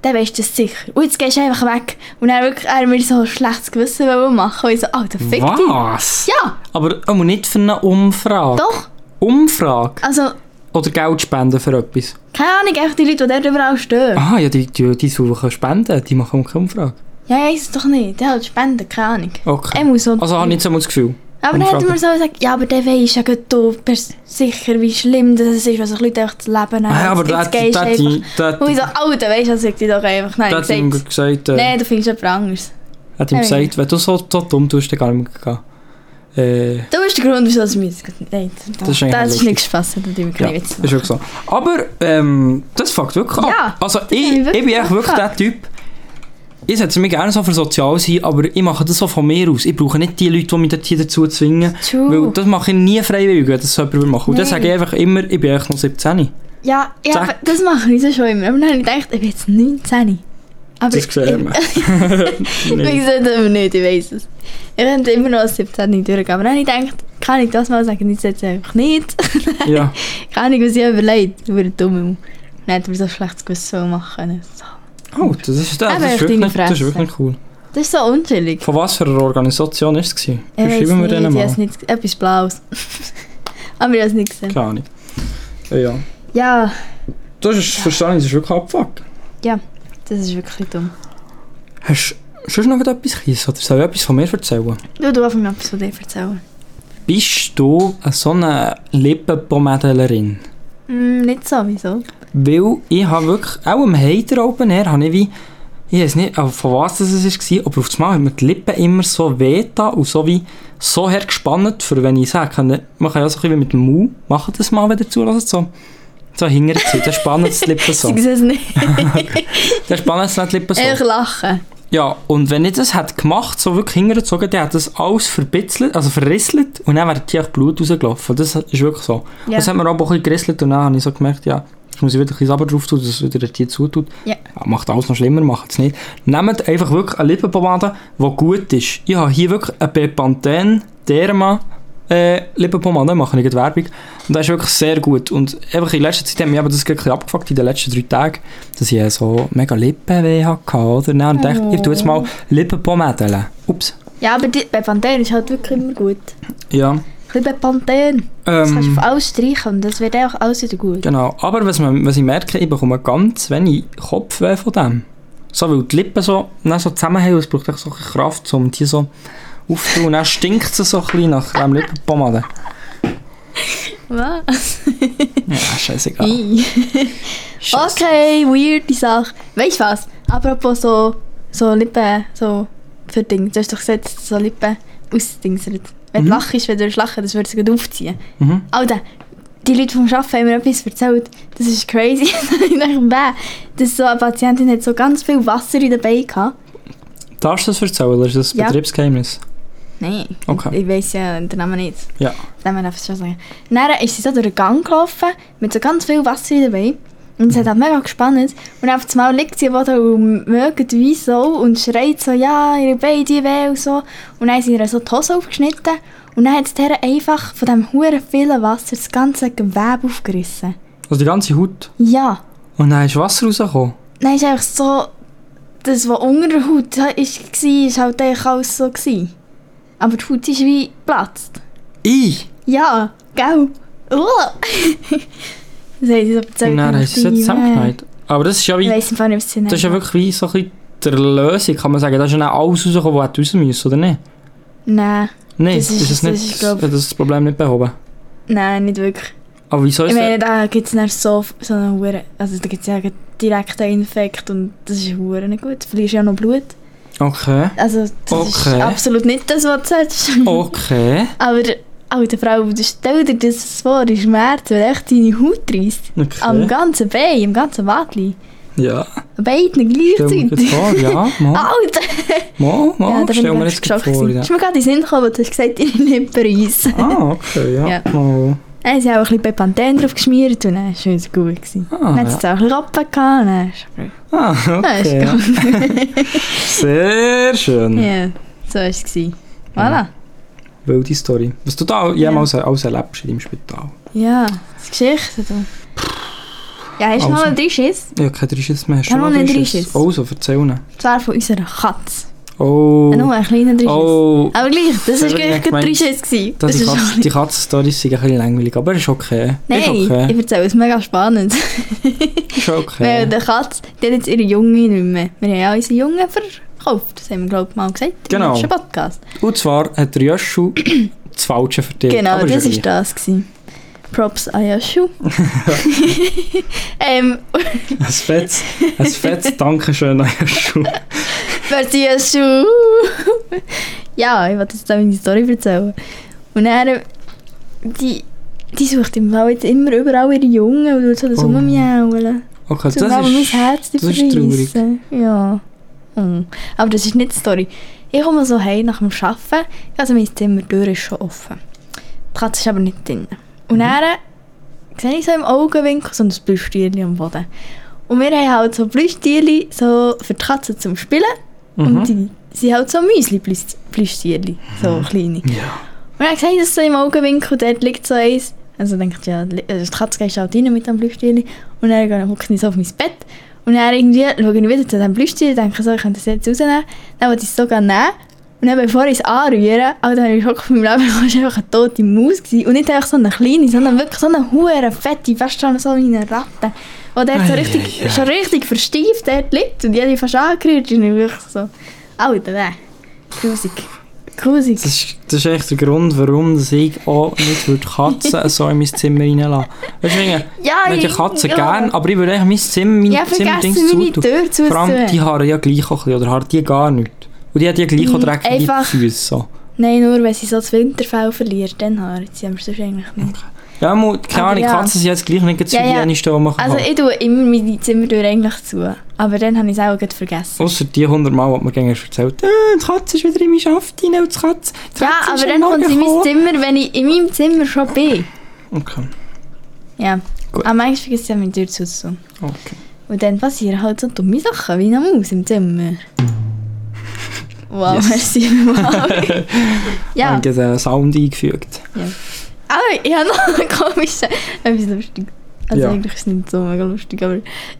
C: Dann weisst du das sicher. Und jetzt gehst du einfach weg. Und dann wirklich, er hat mir so ein schlechtes Gewissen wollen machen und ich so, Alter, fick dich.
B: Was?
C: Ja,
B: Aber aber nicht für eine Umfrage.
C: doch.
B: Umfrage?
C: Also,
B: Oder Geld spenden für etwas?
C: keine Ahnung, einfach die Leute, die dort überall stehen.
B: Ah, ja, die, die, die suchen Spenden, die machen keine Umfrage.
C: Ja, ich weiß es doch nicht. Die halt spenden, keine Ahnung. Er
B: Okay.
C: muss so...
B: Also habe ich nicht so mal das Gefühl.
C: aber dann hat er
B: Umfrage.
C: mir so gesagt, ja, aber dann weisst ja gerade du pers- sicher, wie schlimm das ist, wenn sich Leute einfach zu Leben nehmen.
B: Ah, ja, aber
C: Jetzt-
B: da
C: jetzt
B: hat die- da
C: gehst du
B: hat
C: einfach.
B: die- da hat
C: Und ich
B: die-
C: so, Alter, weisst du, das sagt die doch einfach. Nein,
B: da
C: ich
B: hat ihm
C: sag's.
B: gesagt, äh,
C: Nein, du findest jemand anderes.
B: hat ihm
C: Nein.
B: gesagt, wenn du so, so dumm tust, dann gar nicht mehr gehen. Äh,
C: Das ist der Grund, wieso es mir jetzt gerade Nein,
B: Das ist eigentlich
C: das ist
B: lustig.
C: nicht Spaß, da die wir
B: ja,
C: keine
B: ist
C: Witze machen.
B: wirklich so. Aber ähm, das fuckt wirklich ab.
C: Ja,
B: also
C: hab
B: ich,
C: ich
B: ich bin
C: wirklich
B: echt wirklich der
C: abgefuckt.
B: Typ, ich setze mich gerne so für sozial sein, aber ich mache das so von mir aus. Ich brauche nicht die Leute, die mich dort hier dazu zwingen.
C: True.
B: Weil das mache ich nie freiwillig, wenn das so jemand machen Und das
C: Uh. Nein.
B: sage ich einfach immer, ich bin echt noch 17.
C: Ja, ja
B: Zack.
C: aber das machen wir schon immer. Aber dann habe ich gedacht, ich bin jetzt 19. Aber
B: Das sehen wir.
C: ich
B: Nein.
C: weiß es aber nicht, ich weiß es. Ich könnte immer noch als 17 durchgehen. Aber dann habe ich gedacht, kann ich das mal sagen? Ich jetzt einfach nicht.
B: ja.
C: Keine Ahnung, was ich überlegt. Ich wurde dumm. Und Dann hat er mir so ein schlechtes Gewissen machen. So.
B: Oh, das ist, das,
C: Aber
B: das,
C: echt
B: ist wirklich,
C: deine
B: nicht- das ist
C: Fresse.
B: wirklich nicht cool.
C: Das ist so unschuldig.
B: Von was für einer Organisation war es? gewesen?
C: Äh, Ich weiß
B: Beschreiben wir
C: nicht, ich
B: denen
C: habe
B: mal.
C: es nicht Etwas Blaues. aber ich habe es nicht gesehen.
B: Keine Ahnung. Ja, ja.
C: Ja,
B: Das ist, verstehe ich, das ist wirklich abfuck.
C: das ist wirklich dumm.
B: Hast du sonst noch etwas Kleines oder soll ich etwas von mir erzählen?
C: Du darfst mir etwas von dir erzählen.
B: Bist du eine so eine Lippenpommadelerin?
C: Hm, nicht so, wieso?
B: Weil ich habe wirklich, auch am Hater Open Air, habe ich wie, ich weiß nicht, aber von was das es war, aber auf einmal haben mir die Lippen immer so weh da und so wie, so hergespannt, für wenn ich sage, kann, man kann ja so ein bisschen wie mit dem Mau, machen das mal, wenn ihr zulässt, so. So hinterziehen, dann spannen sie die Lippen so.
C: Sie sehen es nicht.
B: Dann spannen sie nicht die Lippen so.
C: Einfach lachen.
B: Ja, und wenn ich das hätte gemacht, so wirklich hingezogen, dann hätte das alles verbitzelt, also verrisselt und dann wäre hier Blut rausgelaufen. Das ist wirklich so.
C: Ja.
B: Das hat mir aber auch ein bisschen gerisselt und dann habe ich so gemerkt, ja, jetzt muss ich wieder ein bisschen runter drauf tun, dass es wieder hier zutut.
C: Ja.
B: Macht alles noch schlimmer, macht es nicht. Nehmt einfach wirklich eine Lippenpomade, die gut ist. Ich habe hier wirklich eine Bepanthen Derma äh, Lippenpomade, mache ich gerade Werbung. Und das ist wirklich sehr gut. Und einfach in letzter Zeit haben wir aber das gerade ein bisschen abgefuckt, in den letzten drei Tagen, dass ich äh, so mega Lippenweh hatte, oder? Dann dachte ich, ich tue jetzt mal Lippenpomade. Ups.
C: Ja, aber die, bei Pantene ist halt wirklich immer gut.
B: Ja.
C: Ein bisschen bei Pantene. Das kannst du
B: Ähm,
C: auf alles streichen und das wird auch alles wieder gut.
B: Genau, aber was, man, was ich merke, ich bekomme ganz wenig Kopfweh von dem. So, weil die Lippen so, dann so zusammenhängen, es braucht echt so ein bisschen Kraft, um die so aufzunehmen. Und dann stinkt es so ein bisschen nach dem Lippenpomade.
C: Was?
B: Ja, scheißegal.
C: Ei.
B: Scheiss.
C: okay, weirde Sache. Weißt du was? Apropos so, so Lippen, so für Dinge. Du hast doch gesagt, dass so Lippen ausdingsen. Wenn du lachst, wenn du würdest dus lachen, das würde es gut aufziehen.
B: Mhm.
C: Alter, Oh, die Leute vom Arbeiten haben mir etwas erzählt. Das ist crazy. ich dachte, bäh. Dass so eine Patientin hat so ganz viel Wasser in den Beinen gehabt.
B: Darfst du das erzählen oder ist das ein
C: Ja.
B: Betriebsgeheimnis?
C: Nein,
B: Okay.
C: ich weiß ja den Namen nicht.
B: Ja.
C: Dann darf ich es schon sagen. Dann ist sie so durch den Gang gelaufen, mit so ganz viel Wasser in den Beinen. Und es hat halt mega gespannt. Und auf einmal liegt sie wo da und mögt wie so und schreit so, ja, ihre Beine, die weh und so. Und dann haben sie ihr so die Hose aufgeschnitten. Und dann hat es ihr einfach dus von diesem huren vielen Wasser das ganze Gewebe aufgerissen.
B: Also die ganze Haut.
C: Ja.
B: Und dann ist Wasser rausgekommen.
C: Nein, es ist einfach so, das, was unter der Haut war, ist halt eigentlich alles so. Gewesen. Aber die Haut ist wie geplatzt.
B: Ich!
C: Ja, gell? Uah. das haben sie so erzählt.
B: Und dann haben sie es jetzt zusammengeschneit. Aber das ist ja
C: Ich
B: wie,
C: äh, weiss im Fall nicht, was sie
B: das ist ja
C: nennen.
B: wirklich wie so ein bisschen die Erlösung, kann man sagen. Da ist ja dann alles rausgekommen, was hätte raus müssen, oder nicht?
C: Nein,
B: Nein,
C: Das
B: das
C: ist-
B: ist, es
C: das
B: nicht,
C: ist, glaub-
B: hat das Problem nicht behoben.
C: nein, nicht wirklich.
B: Aber wieso
C: Ich
B: ist
C: meine,
B: das?
C: da gibt es dann so, so einen Huren. Also da gibt es ja einen direkten Infekt und das ist Huren nicht gut. Du verlierst ja noch Blut.
B: Okay.
C: Also das ist
B: Okay.
C: absolut nicht das, was du solltest.
B: Okay.
C: Aber, alte Frau, stell dir das vor, ist Schmerz, wenn echt deine Haut reißt.
B: okay.
C: Am ganzen Bein, am ganzen Wadli.
B: ja.
C: An Beiden
B: Stell mir das
C: gleichzeitig.
B: vor, ja. Mal,
C: Alter!
B: Oh, mal, mal.
C: Ah. ja, da bin ich
B: stell mir
C: ganz
B: jetzt gerade
C: geschockt.
B: vor.
C: gewesen.
B: Ja.
C: Ist mir gerade in den Sinn gekommen, weil du hast gesagt, ich nicht Paris.
B: Ah, okay, ja.
C: Ja.
B: Mal.
C: Dann haben sie auch ein bisschen Pantene drauf geschmiert und dann war es wieder gut. Gewesen.
B: Ah,
C: Dann hat es auch ein bisschen Rappen gehabt. Dann ist
B: Ah,
C: dann ist
B: okay. ja.
C: es gegangen.
B: Sehr schön.
C: Ja, so war es. gewesen. Voilà.
B: Wilde Story. Was du da jemals alles erlebst in deinem Spital.
C: Ja, dus das ist Geschichte. Du. Ja, hast du noch
B: Also.
C: einen Dreischiss?
B: Ja, kein Drisches mehr. Hast
C: Ja,
B: du
C: noch
B: noch
C: Ah, nicht
B: Drisches?
C: Drisches.
B: Oh, so erzählen.
C: Zwar von unserer Katze.
B: Oh.
C: Ah, Nur ein kleiner Dreischiss.
B: Oh.
C: Aber gleich, das war
B: Sorry,
C: gleich
B: ich
C: gerade
B: mein-
C: drei Schüsse. gewesen.
B: Da
C: Das
B: die
C: ist
B: Katze-
C: schon...
B: die Katzen-Stories sind ein bisschen langweilig, aber ist okay.
C: Nein,
B: Ist okay.
C: ich erzähle es, mega spannend.
B: Ist
C: Weil
B: okay.
C: der Katz, die hat jetzt ihre Jungen nicht mehr. Wir haben ja unsere Jungen verkauft, das haben wir glaube ich mal gesagt.
B: Genau.
C: Im letzten Podcast.
B: Und zwar hat der Joschu das Falsche verdient.
C: Genau,
B: aber
C: das
B: ja
C: war das. Gewesen. Props an Yashu. ähm,
B: gleich. Ein fettes, ein fettes Dankeschön an Joschu.
C: Merci Yashu. ja, ich wollte jetzt auch meine Story erzählen. Und dann, äh, die, die sucht im Fall jetzt immer überall ihre Jungen und tut so das
B: Oh.
C: Rummiaulen.
B: Okay, also das
C: Zum das mein
B: ist...
C: Herz
B: das ist traurig.
C: verreissen. Ja. Hm. Aber das ist nicht die Story. Ich komme so heim nach dem Arbeiten. Also mein Zimmer, die Tür ist schon offen. Die Katze ist aber nicht drin.
B: Mhm.
C: Und dann sehe ich so im Augenwinkel so ein Blüschtierchen am Boden. Und wir haben halt so Blüschtierchen so für die Katze zum Spielen.
B: Mhm.
C: Und die sind halt so Müsli-Blüschtierchen. So kleine.
B: Ja.
C: Und dann sehe ich das so im Augenwinkel, dort liegt so eins. Also denke ich, ja, li- also die Katze geht halt rein mit dem Blüschtiel. Und dann gehe ich- hocke ich so auf mein Bett. Und dann irgendwie schaue ich wieder zu diesem Blüschtiel, denke so, ich könnte das jetzt rausnehmen. Dann wollte ich es so gerne nehmen. Und dann, bevor ich es anrühre, also dann habe ich wirklich von meinem Leben, das war einfach eine tote Maus. Gewesen. Und nicht einfach so eine kleine, sondern wirklich so eine hure fette, fast schon so wie eine Ratte. Und der so
B: Ei,
C: richtig,
B: ei, ei.
C: schon richtig verstieft dort liegt. Und die habe ich fast angerührt. Und ich wirklich so, Alter, ne. Grusig. Grusig.
B: Das ist, das ist echt der Grund, warum dass ich auch nicht würde Katzen so in mein Zimmer reinlassen würde. Weißt du, ich meine,
C: Ja,
B: ich hätte
C: ich-
B: Katzen
C: ja.
B: gern, aber ich würde eigentlich mein Zimmer, mein
C: Ja,
B: Zimmerdings
C: vergessen meine
B: zutun.
C: Tür zu
B: Vor allem, die haben ja gleich auch ein bisschen, oder haben die gar nicht. Und die hat ja gleich auch
C: Mhm,
B: dreckige
C: einfach.
B: Füße. So.
C: Nein, nur wenn sie so das Winterfell verliert, dann Haare. Sie haben es sonst eigentlich nicht.
B: Ja, mu- keine
C: Aber
B: Ahnung,
C: ja.
B: Katzen sind jetzt gleich nicht das
C: Ja, ja.
B: Hygienischste, was man
C: Also ich tue immer meine Zimmertür eigentlich zu. Aber dann habe ich es auch gerade vergessen.
B: Außer die 100 Mal, die man gegen erzählt, äh, die Katze ist wieder in meinen Schaft rein und die Katze... Die
C: Ja,
B: Katze ist
C: aber
B: am
C: dann kommt
B: Morgen
C: sie in mein
B: gekommen.
C: Zimmer, wenn ich in meinem Zimmer schon bin.
B: Okay,
C: Ja.
B: Gut.
C: Aber manchmal vergesse ich auch meine Tür zu.
B: okay.
C: Und dann passieren halt so dumme Sachen, wie eine Maus im Zimmer. Wow,
B: Yes.
C: merci mal.
B: Ja.
C: ja,
B: Dann einen Sound eingefügt.
C: aber ich habe noch einen komischen, etwas lustig. Also
B: Ja.
C: eigentlich ist es nicht so mega lustig, aber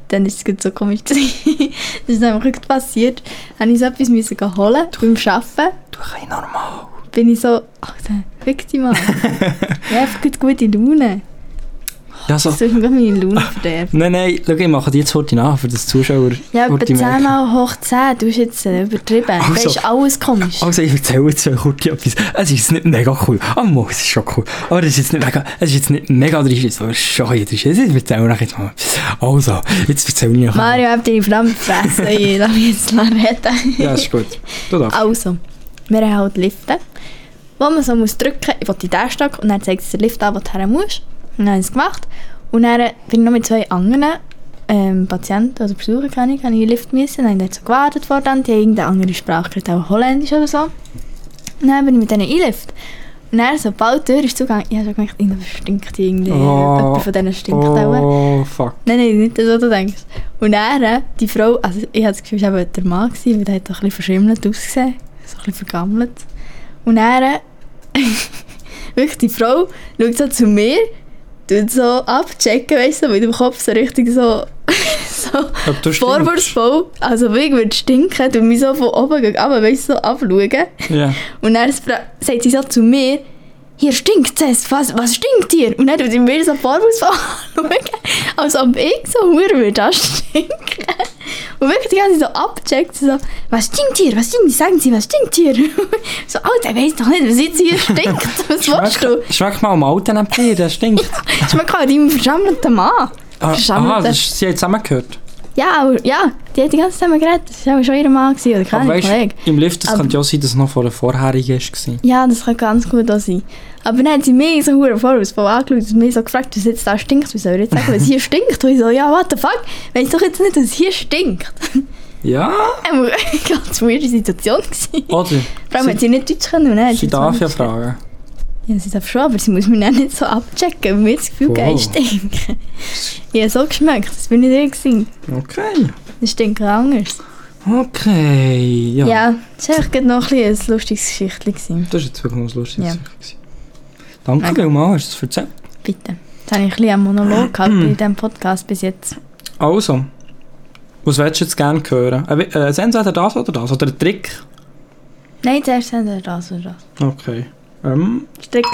C: dann ist es gerade so komisch gewesen. das ist einfach wirklich passiert. Habe ich so etwas müssen gehen holen beim Arbeiten.
B: Du, ein normal.
C: Bin ich so, Alter, fick dich mal. ich habe einfach gerade gute Laune.
B: Ja, so...
C: Das soll mir gerade meine Laune verderben.
B: Nein, nein, schau, ich mache die jetzt heute nach, für das Zuschauer...
C: Ja, etwa
B: heute
C: 10
B: merken.
C: mal hoch 10. Du hast jetzt äh, übertrieben.
B: Also.
C: Das ist alles komisch.
B: Also ich erzähle jetzt euch kurz etwas. Es ist nicht mega cool. Ah, mo, es ist schon cool. Aber es ist jetzt nicht mega, es ist jetzt nicht mega drisch, aber es ist schon ein drisch. Ich erzähle euch jetzt mal etwas. Also, jetzt erzähle ich euch mal.
C: Mario, hab deine Flamme gefressen. Ich darf jetzt noch reden.
B: Ja, ist gut. Du darfst.
C: Also, wir haben halt Lifte, wo man so muss drücken, ich will in den Stock und dann zeigt es der Lift an, wo du her musst. Und dann habe ich es gemacht. Und dann bin ich noch mit zwei anderen ähm, Patienten oder Besuchern, keine Ahnung, habe ich in den Lift müssen. Dann haben die so gewartet vor dann, die haben irgendeine andere Sprache, geredet, auch Holländisch oder so. Und dann bin ich mit denen in den Lift. Und dann, sobald die Tür ist zugegangen, ich habe schon gemerkt, irgendwas stinkt hier irgendwie,
B: Oh.
C: äh, jemand von denen stinkt auch.
B: Oh, fuck.
C: Nein, nein, nicht das, was du denkst. Und dann, äh, die Frau, also ich hatte das Gefühl, es war eben der Mann, gewesen, weil der hat doch ein bisschen verschimmelt ausgesehen, so ein bisschen vergammelt. Und dann, äh, wirklich, die Frau schaut so zu mir, tut so abchecken, weißt du, so mit dem Kopf so richtig so so
B: Ob du stimmst?
C: vorwurfsvoll. Also wie ich würde stinken, du mich so von oben gegen runter, weißt du, so abschauen.
B: Ja.
C: Und dann fra- sagt sie so zu mir, hier stinkt es, was, was stinkt hier? Und dann würde sie mir so vorwurfsvoll anschauen, als ob ich so hure würde das stinken. Und wirklich die ganze Zeit so abcheckt, so, was stinkt hier, was stinkt hier, sagen sie, was stinkt hier? so, Alter, weiss doch nicht, was jetzt hier stinkt, was willst du? halt
B: Schmeck, schmeck mal am alten Papier, das stinkt.
C: Ich meine, gerade deinem verschammelten Mann.
B: Ah, Aha,
C: Verschammelten-
B: das ist, sie haben zusammengehört.
C: Ja, aber, ja, die hat die ganze Zeit mit mir geredet, das war schon ihr Mann, gewesen, oder
B: Aber
C: keine
B: weißt
C: Kollege.
B: du, im Lift, das
C: Ah, Aber-
B: könnte ja auch sein, dass es noch vor der vorherigen war.
C: Ja, das kann ganz gut auch sein. Aber dann hat sie mich so hure vorausvoll angeschaut und mich so gefragt, was jetzt da stinkt. Wie soll ich jetzt sagen, was hier stinkt? Und ich so, ja, what the fuck? Weiss doch jetzt nicht, dass hier stinkt.
B: Ja,
C: Ähm, ganz weirde Situation gewesen.
B: oder?
C: Vor allem
B: Sie-
C: hat sie nicht Deutsch können. und dann hat
B: Sie
C: jetzt
B: darf ja
C: Englisch geredet.
B: fragen.
C: Ja, sie darf schon, aber sie muss mich dann nicht so abchecken und mir das Gefühl geben, ich
B: Wow.
C: stinke. Ich habe so geschmeckt, das bin nicht ich gewesen.
B: Okay.
C: Das stinkt anders.
B: Okay, ja.
C: Ja, das war echt gerade noch ein, bisschen ein lustiges Geschichtchen. gewesen.
B: Das ist jetzt wirklich noch lustig.
C: Ja.
B: Danke
C: Mega.
B: vielmals, hast du es erzählt.
C: Bitte. Jetzt habe ich ein bisschen einen Monolog gehabt bei diesem Podcast bis jetzt.
B: Also, was willst du jetzt gerne hören? Ein Wi- Äh, entweder das oder das? Oder ein Trick?
C: Nein, zuerst haben wir das oder das.
B: Okay. Ähm,
C: Strick.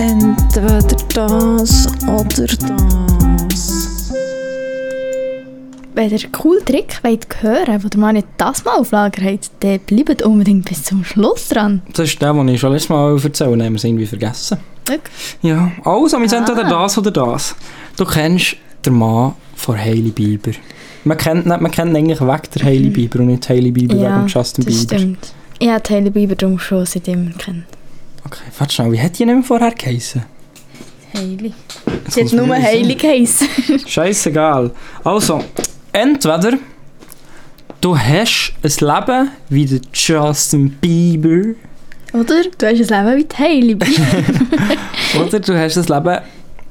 E: Entweder das oder das.
C: Wenn ihr einen coolen Trick wollt hören wollt, den ihr nicht das Mal auf Lager habt, dann bleibt unbedingt bis zum Schluss dran.
B: das ist der, den ich schon letztes Mal erzählt habe, haben wir es irgendwie vergessen. Ja, also, wir sind
C: Ah.
B: entweder das oder das. Du kennst den Mann von Hailey Bieber. Man kennt, nicht, man kennt ihn eigentlich wegen der Hailey Bieber und nicht Hailey Bieber wegen Justin
C: Mhm. das
B: Bieber.
C: stimmt. Ich habe Taylor Bieber darum schon seitdem gekannt.
B: Okay, warte schnell, wie hat die nicht vorher geheißen?
C: Hailey.
B: Jetzt
C: Sie hat
B: kommt's mir
C: nur
B: wieder
C: Hailey geheissen.
B: Scheißegal. Also, entweder du hast ein Leben wie der Justin Bieber
C: Oder? Du hast ein Leben wie die Hailey Bieber.
B: oder du hast ein Leben,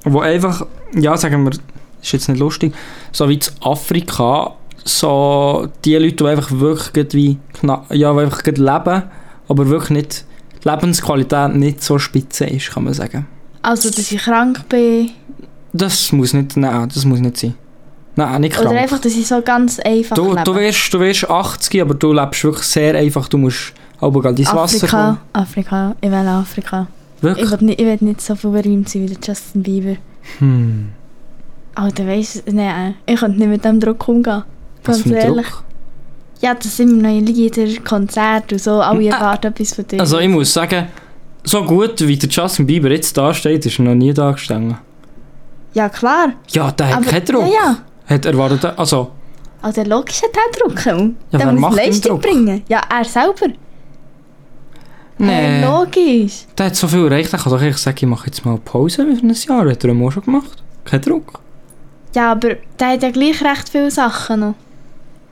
B: wo einfach, ja, sagen wir, ist jetzt nicht lustig, so wie zu Afrika, so die Leute, die einfach wirklich gerade wie, kna- ja, die einfach gerade leben, aber wirklich nicht, die Lebensqualität nicht so spitze ist, kann man sagen.
C: also, dass ich krank bin.
B: Das muss nicht, nein, das muss nicht sein. Nein, nicht krank.
C: Oder einfach, dass ich so ganz einfach
B: Du,
C: lebe.
B: du, wirst, du wirst 80, aber du lebst wirklich sehr einfach. Du musst aber gerade ins Wasser kommen.
C: Afrika, Afrika, ich will Afrika. Ich
B: Wirklich?
C: will, nicht, ich will nicht so viel berühmt sein wie der Justin Bieber.
B: Hm.
C: Alter, weißt du, nein, ich könnte nicht mit dem Druck umgehen.
B: Was
C: Ganz
B: für ein
C: ehrlich.
B: Druck.
C: Ja, das sind immer neue Lieder, Konzerte und so, alle erwarten etwas von dir.
B: Also ich muss sagen, so gut wie der Justin Bieber jetzt da steht, ist er noch nie da gestanden.
C: ja, klar.
B: Ja, der hat
C: aber-
B: keinen Druck.
C: Ja, ja. Ah,
B: Hat erwartet, also,
C: Also logisch hat er Druck.
B: Ja,
C: Ja,
B: wer
C: der muss
B: macht ihm
C: Leistung
B: Druck?
C: bringen. Ja, er selber.
B: nee,
C: Äh, logisch.
B: der hat so viel erreicht, ich kann doch eigentlich sagen, ich mache jetzt mal Pause für ein Jahr. Hat er auch schon gemacht. Kein Druck.
C: Ja, aber der hat ja gleich recht viele Sachen noch.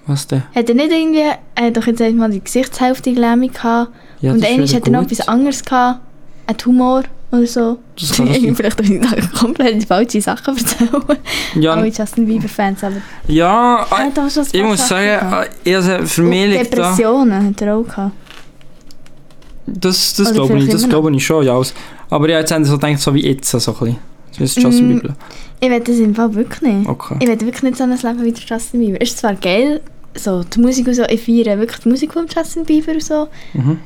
B: Was denn?
C: Hat er nicht irgendwie, er hat doch jetzt einmal die Gesichtshälfte gelähmt gehabt.
B: Ja,
C: und
B: das ist
C: einmal
B: wieder
C: hat er noch
B: gut.
C: etwas anderes gehabt. Ein Tumor oder so.
B: Das kann das sein.
C: Vielleicht habe ich da komplett falsche Sachen erzählt. Alle
B: Ja,
C: Justin Bieber-Fans, aber
B: ja
C: er hat
B: äh,
C: auch schon ein
B: ich
C: paar
B: muss
C: Sachen gehabt.
B: sagen, äh, also für mich
C: Und
B: liegt da...
C: Depressionen hat er auch gehabt.
B: Das, das
C: Oder
B: glaube ich,
C: vielleicht
B: das
C: immer noch.
B: glaube ich schon, ja. Also, Aber ja, jetzt haben sie so gedacht, so wie jetzt, so ein bisschen. Das ist Justin
C: Mm.
B: Bieber.
C: Ich will das im Fall wirklich nicht.
B: Okay.
C: Ich will wirklich nicht so ein Leben wie der Justin Bieber. Ist zwar geil, so die Musik und so, ich feiere wirklich die Musik von Justin Bieber und so.
B: Mhm.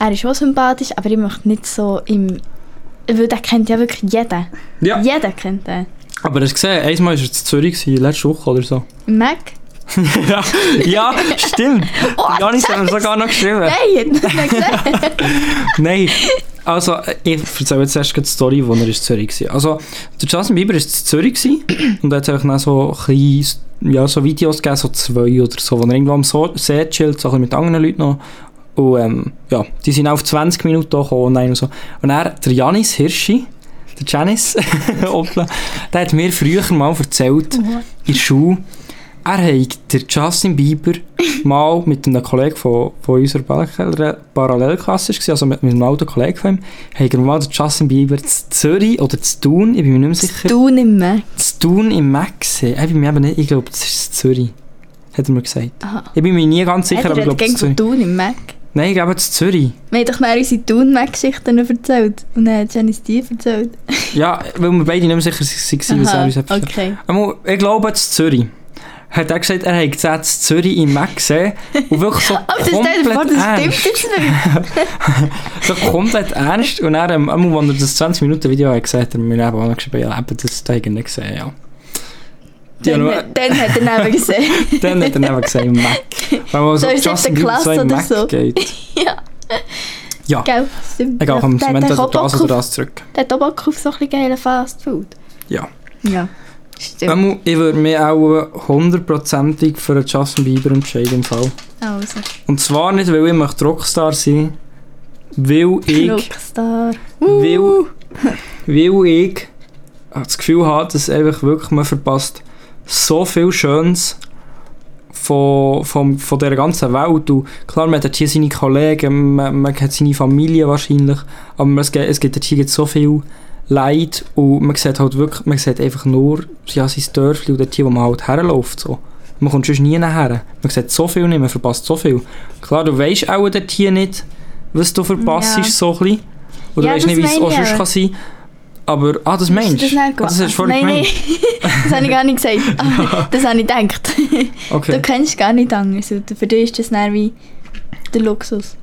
C: Er ist auch sympathisch, aber ich möchte nicht so im... Weil den kennt ja wirklich jeder.
B: Ja,
C: Jeder kennt den.
B: aber hast du gesehen, einmal war er in Zürich, gewesen, letzte Woche oder so.
C: Mac?
B: ja, ja, stimmt.
C: Oh,
B: Janis hat mir sogar noch geschrieben.
C: Nein, hat nicht gesehen.
B: Nein. Also, äh, ich erzähle jetzt erst gerade die Story, wo er in Zürich war. Also, der Justin Bieber war in Zürich gewesen und hat einfach dann so, kleine, ja, so Videos gegeben, so zwei oder so, wo er irgendwo am So- See chillt, so ein bisschen mit anderen Leuten noch. Und ähm, ja, die sind auch auf 20 Minuten gekommen und dann so. Und dann der Janis Hirschi, der Janis, Opla, der hat mir früher mal erzählt, in der Schule, er hat der Justin Bieber mal mit einem Kollegen von, von unserer Parallel- Parallelklasse, war, also mit, mit einem alten Kollegen von ihm, hat er mal den Justin Bieber zu Zürich oder zu Thun, ich bin mir nicht mehr sicher,
C: Du nicht mehr.
B: zu Thun im Mac gesehen. Ich bin mir eben nicht, ich glaube, das ist in Zürich, hat er mir gesagt. Ich bin mir nie ganz sicher,
C: Hat
B: aber ich
C: er
B: glaube,
C: gegen
B: zu
C: von
B: Zürich.
C: Thun im Mac?
B: Nein, ich glaube, zu Zürich.
C: Wir haben doch mehr unsere Thun-Mac-Geschichten erzählt. Und dann hat Janice die erzählt.
B: Ja, weil wir beide nicht mehr sicher waren, was er uns hat erzählt.
C: okay.
B: Einmal, Ich glaube, zu Zürich. hat er gesagt, er hat gesehen, Zürich im Mac gesehen. Und wirklich so
C: Aber das
B: komplett
C: steht vor, das stimmt
B: ernst.
C: jetzt nicht.
B: So komplett ernst. Und dann, ähm, einmal, als er das 20-Minuten-Video hat gesehen, hat er mir eben auch noch geschrieben, ja, eben, das habe ich nicht gesehen, ja. Die haben nur-
C: Dann, dann hat er neben gesehen.
B: dann hat er eben gesagt, im Mac. Weil man so
C: So ist
B: Justin
C: jetzt eine
B: Bieber so
C: Klasse
B: im
C: oder
B: Mac
C: so.
B: geht.
C: ja.
B: Ja.
C: Gell, stimmt.
B: Egal, komm,
C: Der-
B: Moment,
C: der
B: also
C: kommt
B: das
C: Bock
B: oder
C: auf-
B: das zurück.
C: Der hat auch Bock auf so ein bisschen geilen Fast Food.
B: Ja. Ehm,
C: Ja. Stimmt.
B: Einmal, ich würde mich auch hundertprozentig für einen Justin Bieber entscheiden im Fall.
C: Also,
B: Und zwar nicht, weil ich möchte Rockstar sein, weil ich...
C: Rockstar.
B: Weil, weil ich das Gefühl habe, dass einfach wirklich man verpasst so viel Schönes von, von, von dieser ganzen Welt. Und klar, man hat hier seine Kollegen, man, man hat seine Familie wahrscheinlich, aber man- es gibt, es gibt hier so viel Leid und man sieht halt wirklich, man sieht einfach nur ja, sein Dörfli und dort, wo man halt herläuft. So. Man kommt sonst nie nachher. Man sieht so viel nicht, man verpasst so viel. Klar, du weisst auch dort hier nicht, was du verpasst,
C: Ja.
B: so ein bisschen. Oder
C: Ja,
B: weißt nicht, wie
C: das
B: es auch
C: meine ich
B: sonst
C: aber.
B: kann sein Aber, ah, das
C: Hast du
B: meinst du?
C: nicht
B: Ah, das hast du
C: gemacht?
B: vorhin
C: Nein,
B: gemeint.
C: nein, das habe ich gar nicht gesagt. Aber das habe ich gedacht. Du
B: Okay.
C: kennst gar nicht anders. Und Für dich ist das dann wie der Luxus.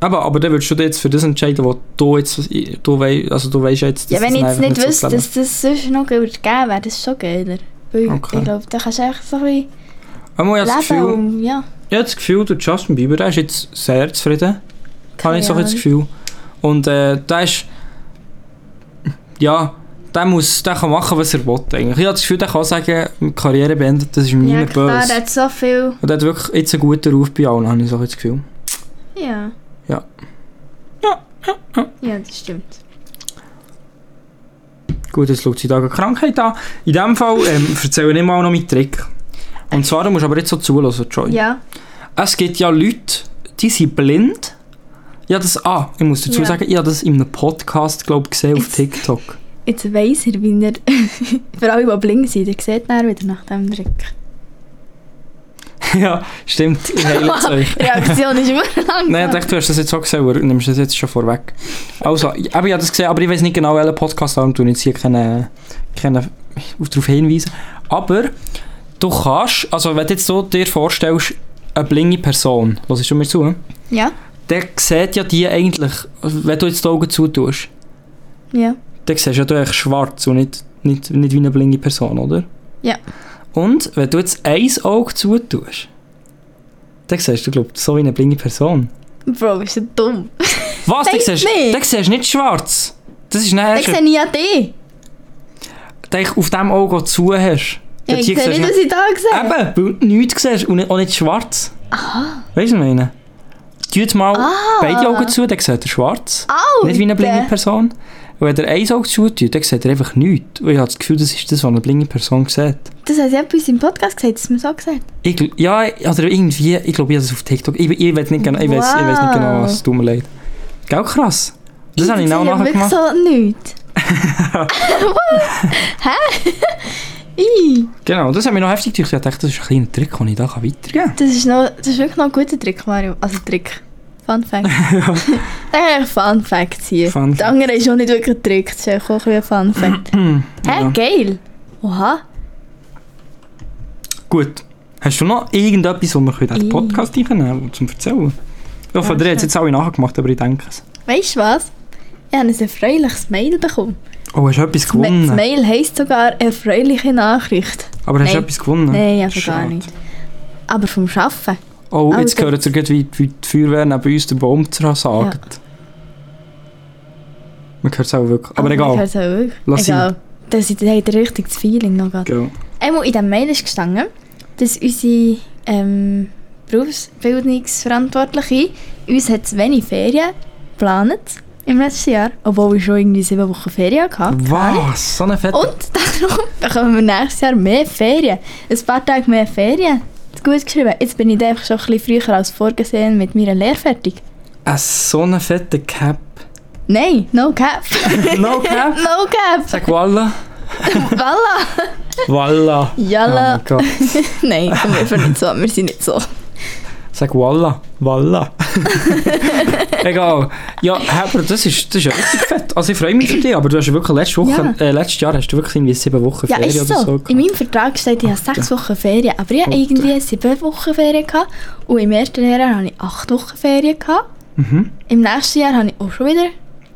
B: Aber, aber dann würdest du dich jetzt für das entscheiden, was du jetzt, du weißt, also du weißt jetzt,
C: ja, wenn ich
B: das
C: jetzt nicht
B: einfach so
C: wüsste,
B: zusammen-
C: dass das sonst noch geben würde, wäre das schon geiler. Weil
B: Okay.
C: ich glaube, da kannst du einfach so ein bisschen
B: Einmal habe ich das
C: leben.
B: Gefühl,
C: Und, ja.
B: ich habe das Gefühl, der Justin Bieber, der ist jetzt sehr zufrieden. Habe
C: Keine
B: ich so ein bisschen das Gefühl. Und äh, der ist, ja, der muss, der kann machen, was er will eigentlich. Ich habe das Gefühl, der kann sagen, Karriere beendet, das ist mir
C: Ja,
B: nicht
C: klar, er
B: böse.
C: hat so viel.
B: Und der hat wirklich jetzt einen guten Ruf bei allen, habe ich so ein bisschen das Gefühl.
C: Ja.
B: Ja.
C: Ja, das stimmt.
B: Gut, jetzt schaut sie da eine Krankheit an. In diesem Fall ähm, erzähle ich mal noch meinen Trick. Und zwar, du musst aber jetzt so zulassen, Joy.
C: Ja.
B: Es gibt ja Leute, die sind blind. Ja, das, ah, ich muss dazu
C: Ja.
B: sagen, ich habe das in einem Podcast, glaube ich, gesehen auf
C: Jetzt-
B: TikTok.
C: Jetzt weiss er, wie er. Für alle, die blind sind, der sieht dann wieder nach dem Trick.
B: ja, stimmt, ich heile es euch.
C: Die Reaktion ist immer lang.
B: Nein, ich dachte, du hast das jetzt auch gesehen, aber du nimmst das jetzt schon vorweg. Also, ich- eben, ich habe das gesehen, aber ich weiß nicht genau, welchen Podcast darum tun jetzt hier keine, keine darauf hinweisen. Aber du kannst, also wenn du jetzt so dir vorstellst, eine blinde Person, hörst du mir zu,
C: Ja.
B: der sieht ja die eigentlich, wenn du jetzt die Augen zutust,
C: Ja.
B: dann siehst du ja du eigentlich schwarz und nicht, nicht, nicht wie eine blinde Person, oder?
C: Ja.
B: Und wenn du jetzt ein Auge zutust, dann siehst du, glaube ich, so wie eine blinde Person.
C: Bro, bist du dumm.
B: Was? Dann
C: Nein,
B: siehst,
C: nicht.
B: dann siehst du nicht schwarz. Das ist nachher
C: Ich sehe
B: schon,
C: nie an dich.
B: dass ich auf dem Auge das du zu hast.
C: Ja,
B: Dort
C: ich
B: hier
C: sehe
B: siehst du
C: nicht, dass
B: nicht-
C: ich da sehe.
B: Eben, weil du nichts siehst und nicht- auch nicht schwarz. Aha. Weißt du, was ich meine? Tu jetzt mal beide Augen zu, dann sieht er schwarz.
C: Alter.
B: Nicht wie eine blinde Person. Und wenn er ein Auge zutut, dann sieht er einfach nichts. Und ich habe das Gefühl, das ist das, was eine blinde Person sieht.
C: Das hat sie etwas im Podcast gesagt, dass man so gesagt hat.
B: Ich, gl- ja, also irgendwie, ich glaube, ich habe das auf TikTok. Ich, ich, weiß nicht genau, ich, weiß, ich weiß nicht genau, was es tut mir leid. Gell, krass. Das habe ich
C: Sie
B: auch
C: haben
B: nachher
C: wirklich
B: gemacht.
C: so nichts. Hä? Ih,
B: Genau, das hat mich noch heftig gedacht. Ich dachte, das ist ein kleiner Trick, den ich da weitergeben kann.
C: das ist, noch, das ist wirklich noch ein guter Trick, Mario. Also Trick. Fun Fact. Das ist eigentlich Fun Facts hier.
B: Fun
C: Der andere ist auch nicht wirklich ein Trick, das ist eigentlich auch ein bisschen ein Fun Fact. Hä,
B: Ja.
C: geil. Oha.
B: Gut. Hast du noch irgendetwas, was wir in diesen
C: Ih.
B: Podcast reinnehmen können, zum Erzählen? Ja, von dir hat es jetzt alle nachgemacht, aber ich denke es.
C: Weißt du was? Ich habe ein erfreuliches Mail bekommen.
B: Oh, hast du etwas
C: Das Ma- Das
B: gewonnen?
C: Mail heisst sogar erfreuliche Nachricht.
B: Aber hast du
C: Nein.
B: etwas gewonnen?
C: Nein, also gar
B: Schade.
C: nicht. Aber vom Arbeiten.
B: Oh, jetzt
C: Alter.
B: gehört es irgendwie, wie, wie die Feuerwehr neben uns den Baum zersagt. Man hört es auch wirklich. Aber
C: Ah, Ich
B: egal.
C: hör's auch wirklich.
B: Lass ihn.
C: egal. Das ist hey, der richtige Feeling noch gerade.
B: Genau.
C: Einmal in diesem Mail ist gestanden, dass unsere ähm, Berufsbildungsverantwortliche uns hat zu wenig Ferien geplant im letzten Jahr, obwohl ich schon irgendwie sieben Wochen Ferien
B: Mm.
C: hatte.
B: Was? So eine fette.
C: Und darum bekommen wir nächstes Jahr mehr Ferien. Ein paar Tage mehr Ferien. Gut geschrieben. Jetzt bin ich da einfach schon ein bisschen früher als vorgesehen mit meiner Lehre fertig.
B: Eine äh, so eine fette Cap.
C: Nein, no cap.
B: No cap?
C: no cap.
B: Sag Walla.
C: Voilà.
B: Walla.
C: Jalla.
B: Oh mein Gott.
C: Nein, komm, wir sind nicht so. Wir sind nicht so.
B: Sag Walla. Walla. Egal. Ja, hä, aber das ist, das ist ja richtig fett. Also ich freue mich für dich, aber du hast ja wirklich letzte Woche, äh, letztes Jahr hast du wirklich irgendwie sieben Wochen
C: Ja,
B: Ferien
C: ist
B: oder so.
C: so.
B: gehabt.
C: In meinem Vertrag steht, ich habe sechs Wochen Ferien, aber ich hatte irgendwie sieben Wochen Ferien. Gehabt. Und im ersten Lehrjahr hatte ich acht Wochen Ferien. Gehabt.
B: Mhm.
C: Im nächsten Jahr habe ich auch schon wieder,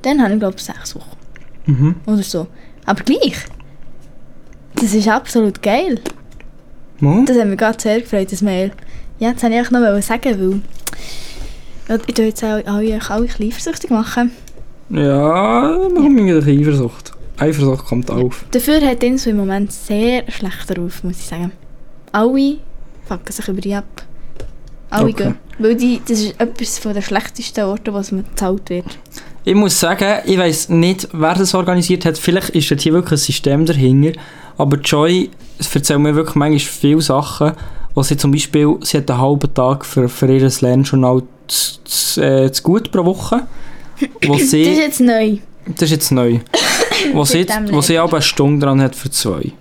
C: dann habe ich glaube ich sechs Wochen
B: Mhm.
C: oder so. Aber gleich. Das ist absolut geil.
B: Mo?
C: Das hat mich gerade sehr gefreut, das Mail. Ja, das wollte ich eigentlich noch sagen, weil... weil Ich tue jetzt auch alle, euch alle ein bisschen eifersüchtig machen.
B: Ja, man kommt irgendwie durch Eifersucht. Eifersucht kommt auf.
C: Dafür hat Inso im Moment sehr schlecht drauf, muss ich sagen. Alle fucken sich über die ab. Alle
B: Okay.
C: gehen. Weil die, das ist etwas von den schlechtesten Orten, was man gezahlt wird.
B: Ich muss sagen, ich weiß nicht, wer das organisiert hat. Vielleicht ist dort hier wirklich ein System dahinter. Aber Joy erzählt mir wirklich manchmal viele Sachen, wo sie zum Beispiel, sie hat einen halben Tag für, für ihr Lernjournal zu, zu, äh, zu gut pro Woche. Wo sie,
C: Das ist jetzt neu.
B: Das ist jetzt neu. wo sie,
C: Mit dem
B: wo sie aber eine Stunde dran hat für zwei.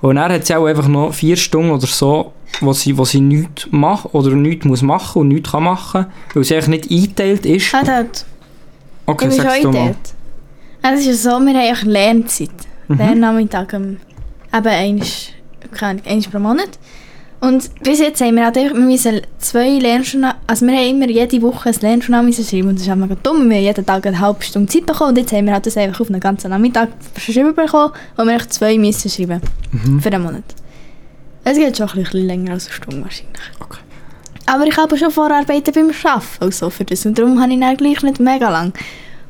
B: Und dann hat sie auch einfach noch vier Stunden oder so, wo sie, wo sie nichts macht oder nichts muss machen und nichts kann machen, weil sie eigentlich nicht eingeteilt ist.
C: Hat halt.
B: Okay,
C: Ich bin
B: sagst
C: schon
B: du
C: in
B: mal.
C: dort. Ja, Das ist ja so, wir haben ja eine Lernzeit. Lernnachmittag am- eben eins, keine Ahnung, eins pro Monat. Und bis jetzt haben wir halt einfach, wir müssen zwei Lernjournal, also wir haben immer jede Woche ein Lernjournal müssen schreiben und das ist einfach dumm, wir haben jeden Tag eine halbe Stunde Zeit bekommen und jetzt haben wir halt das einfach auf einen ganzen Nachmittag verschrieben bekommen und wir echt zwei müssen schreiben für einen Monat. Es geht schon ein bisschen länger als eine Stunde wahrscheinlich.
B: Okay.
C: Aber ich habe schon vorarbeiten beim Arbeiten also für das und darum habe ich dann gleich nicht mega lang.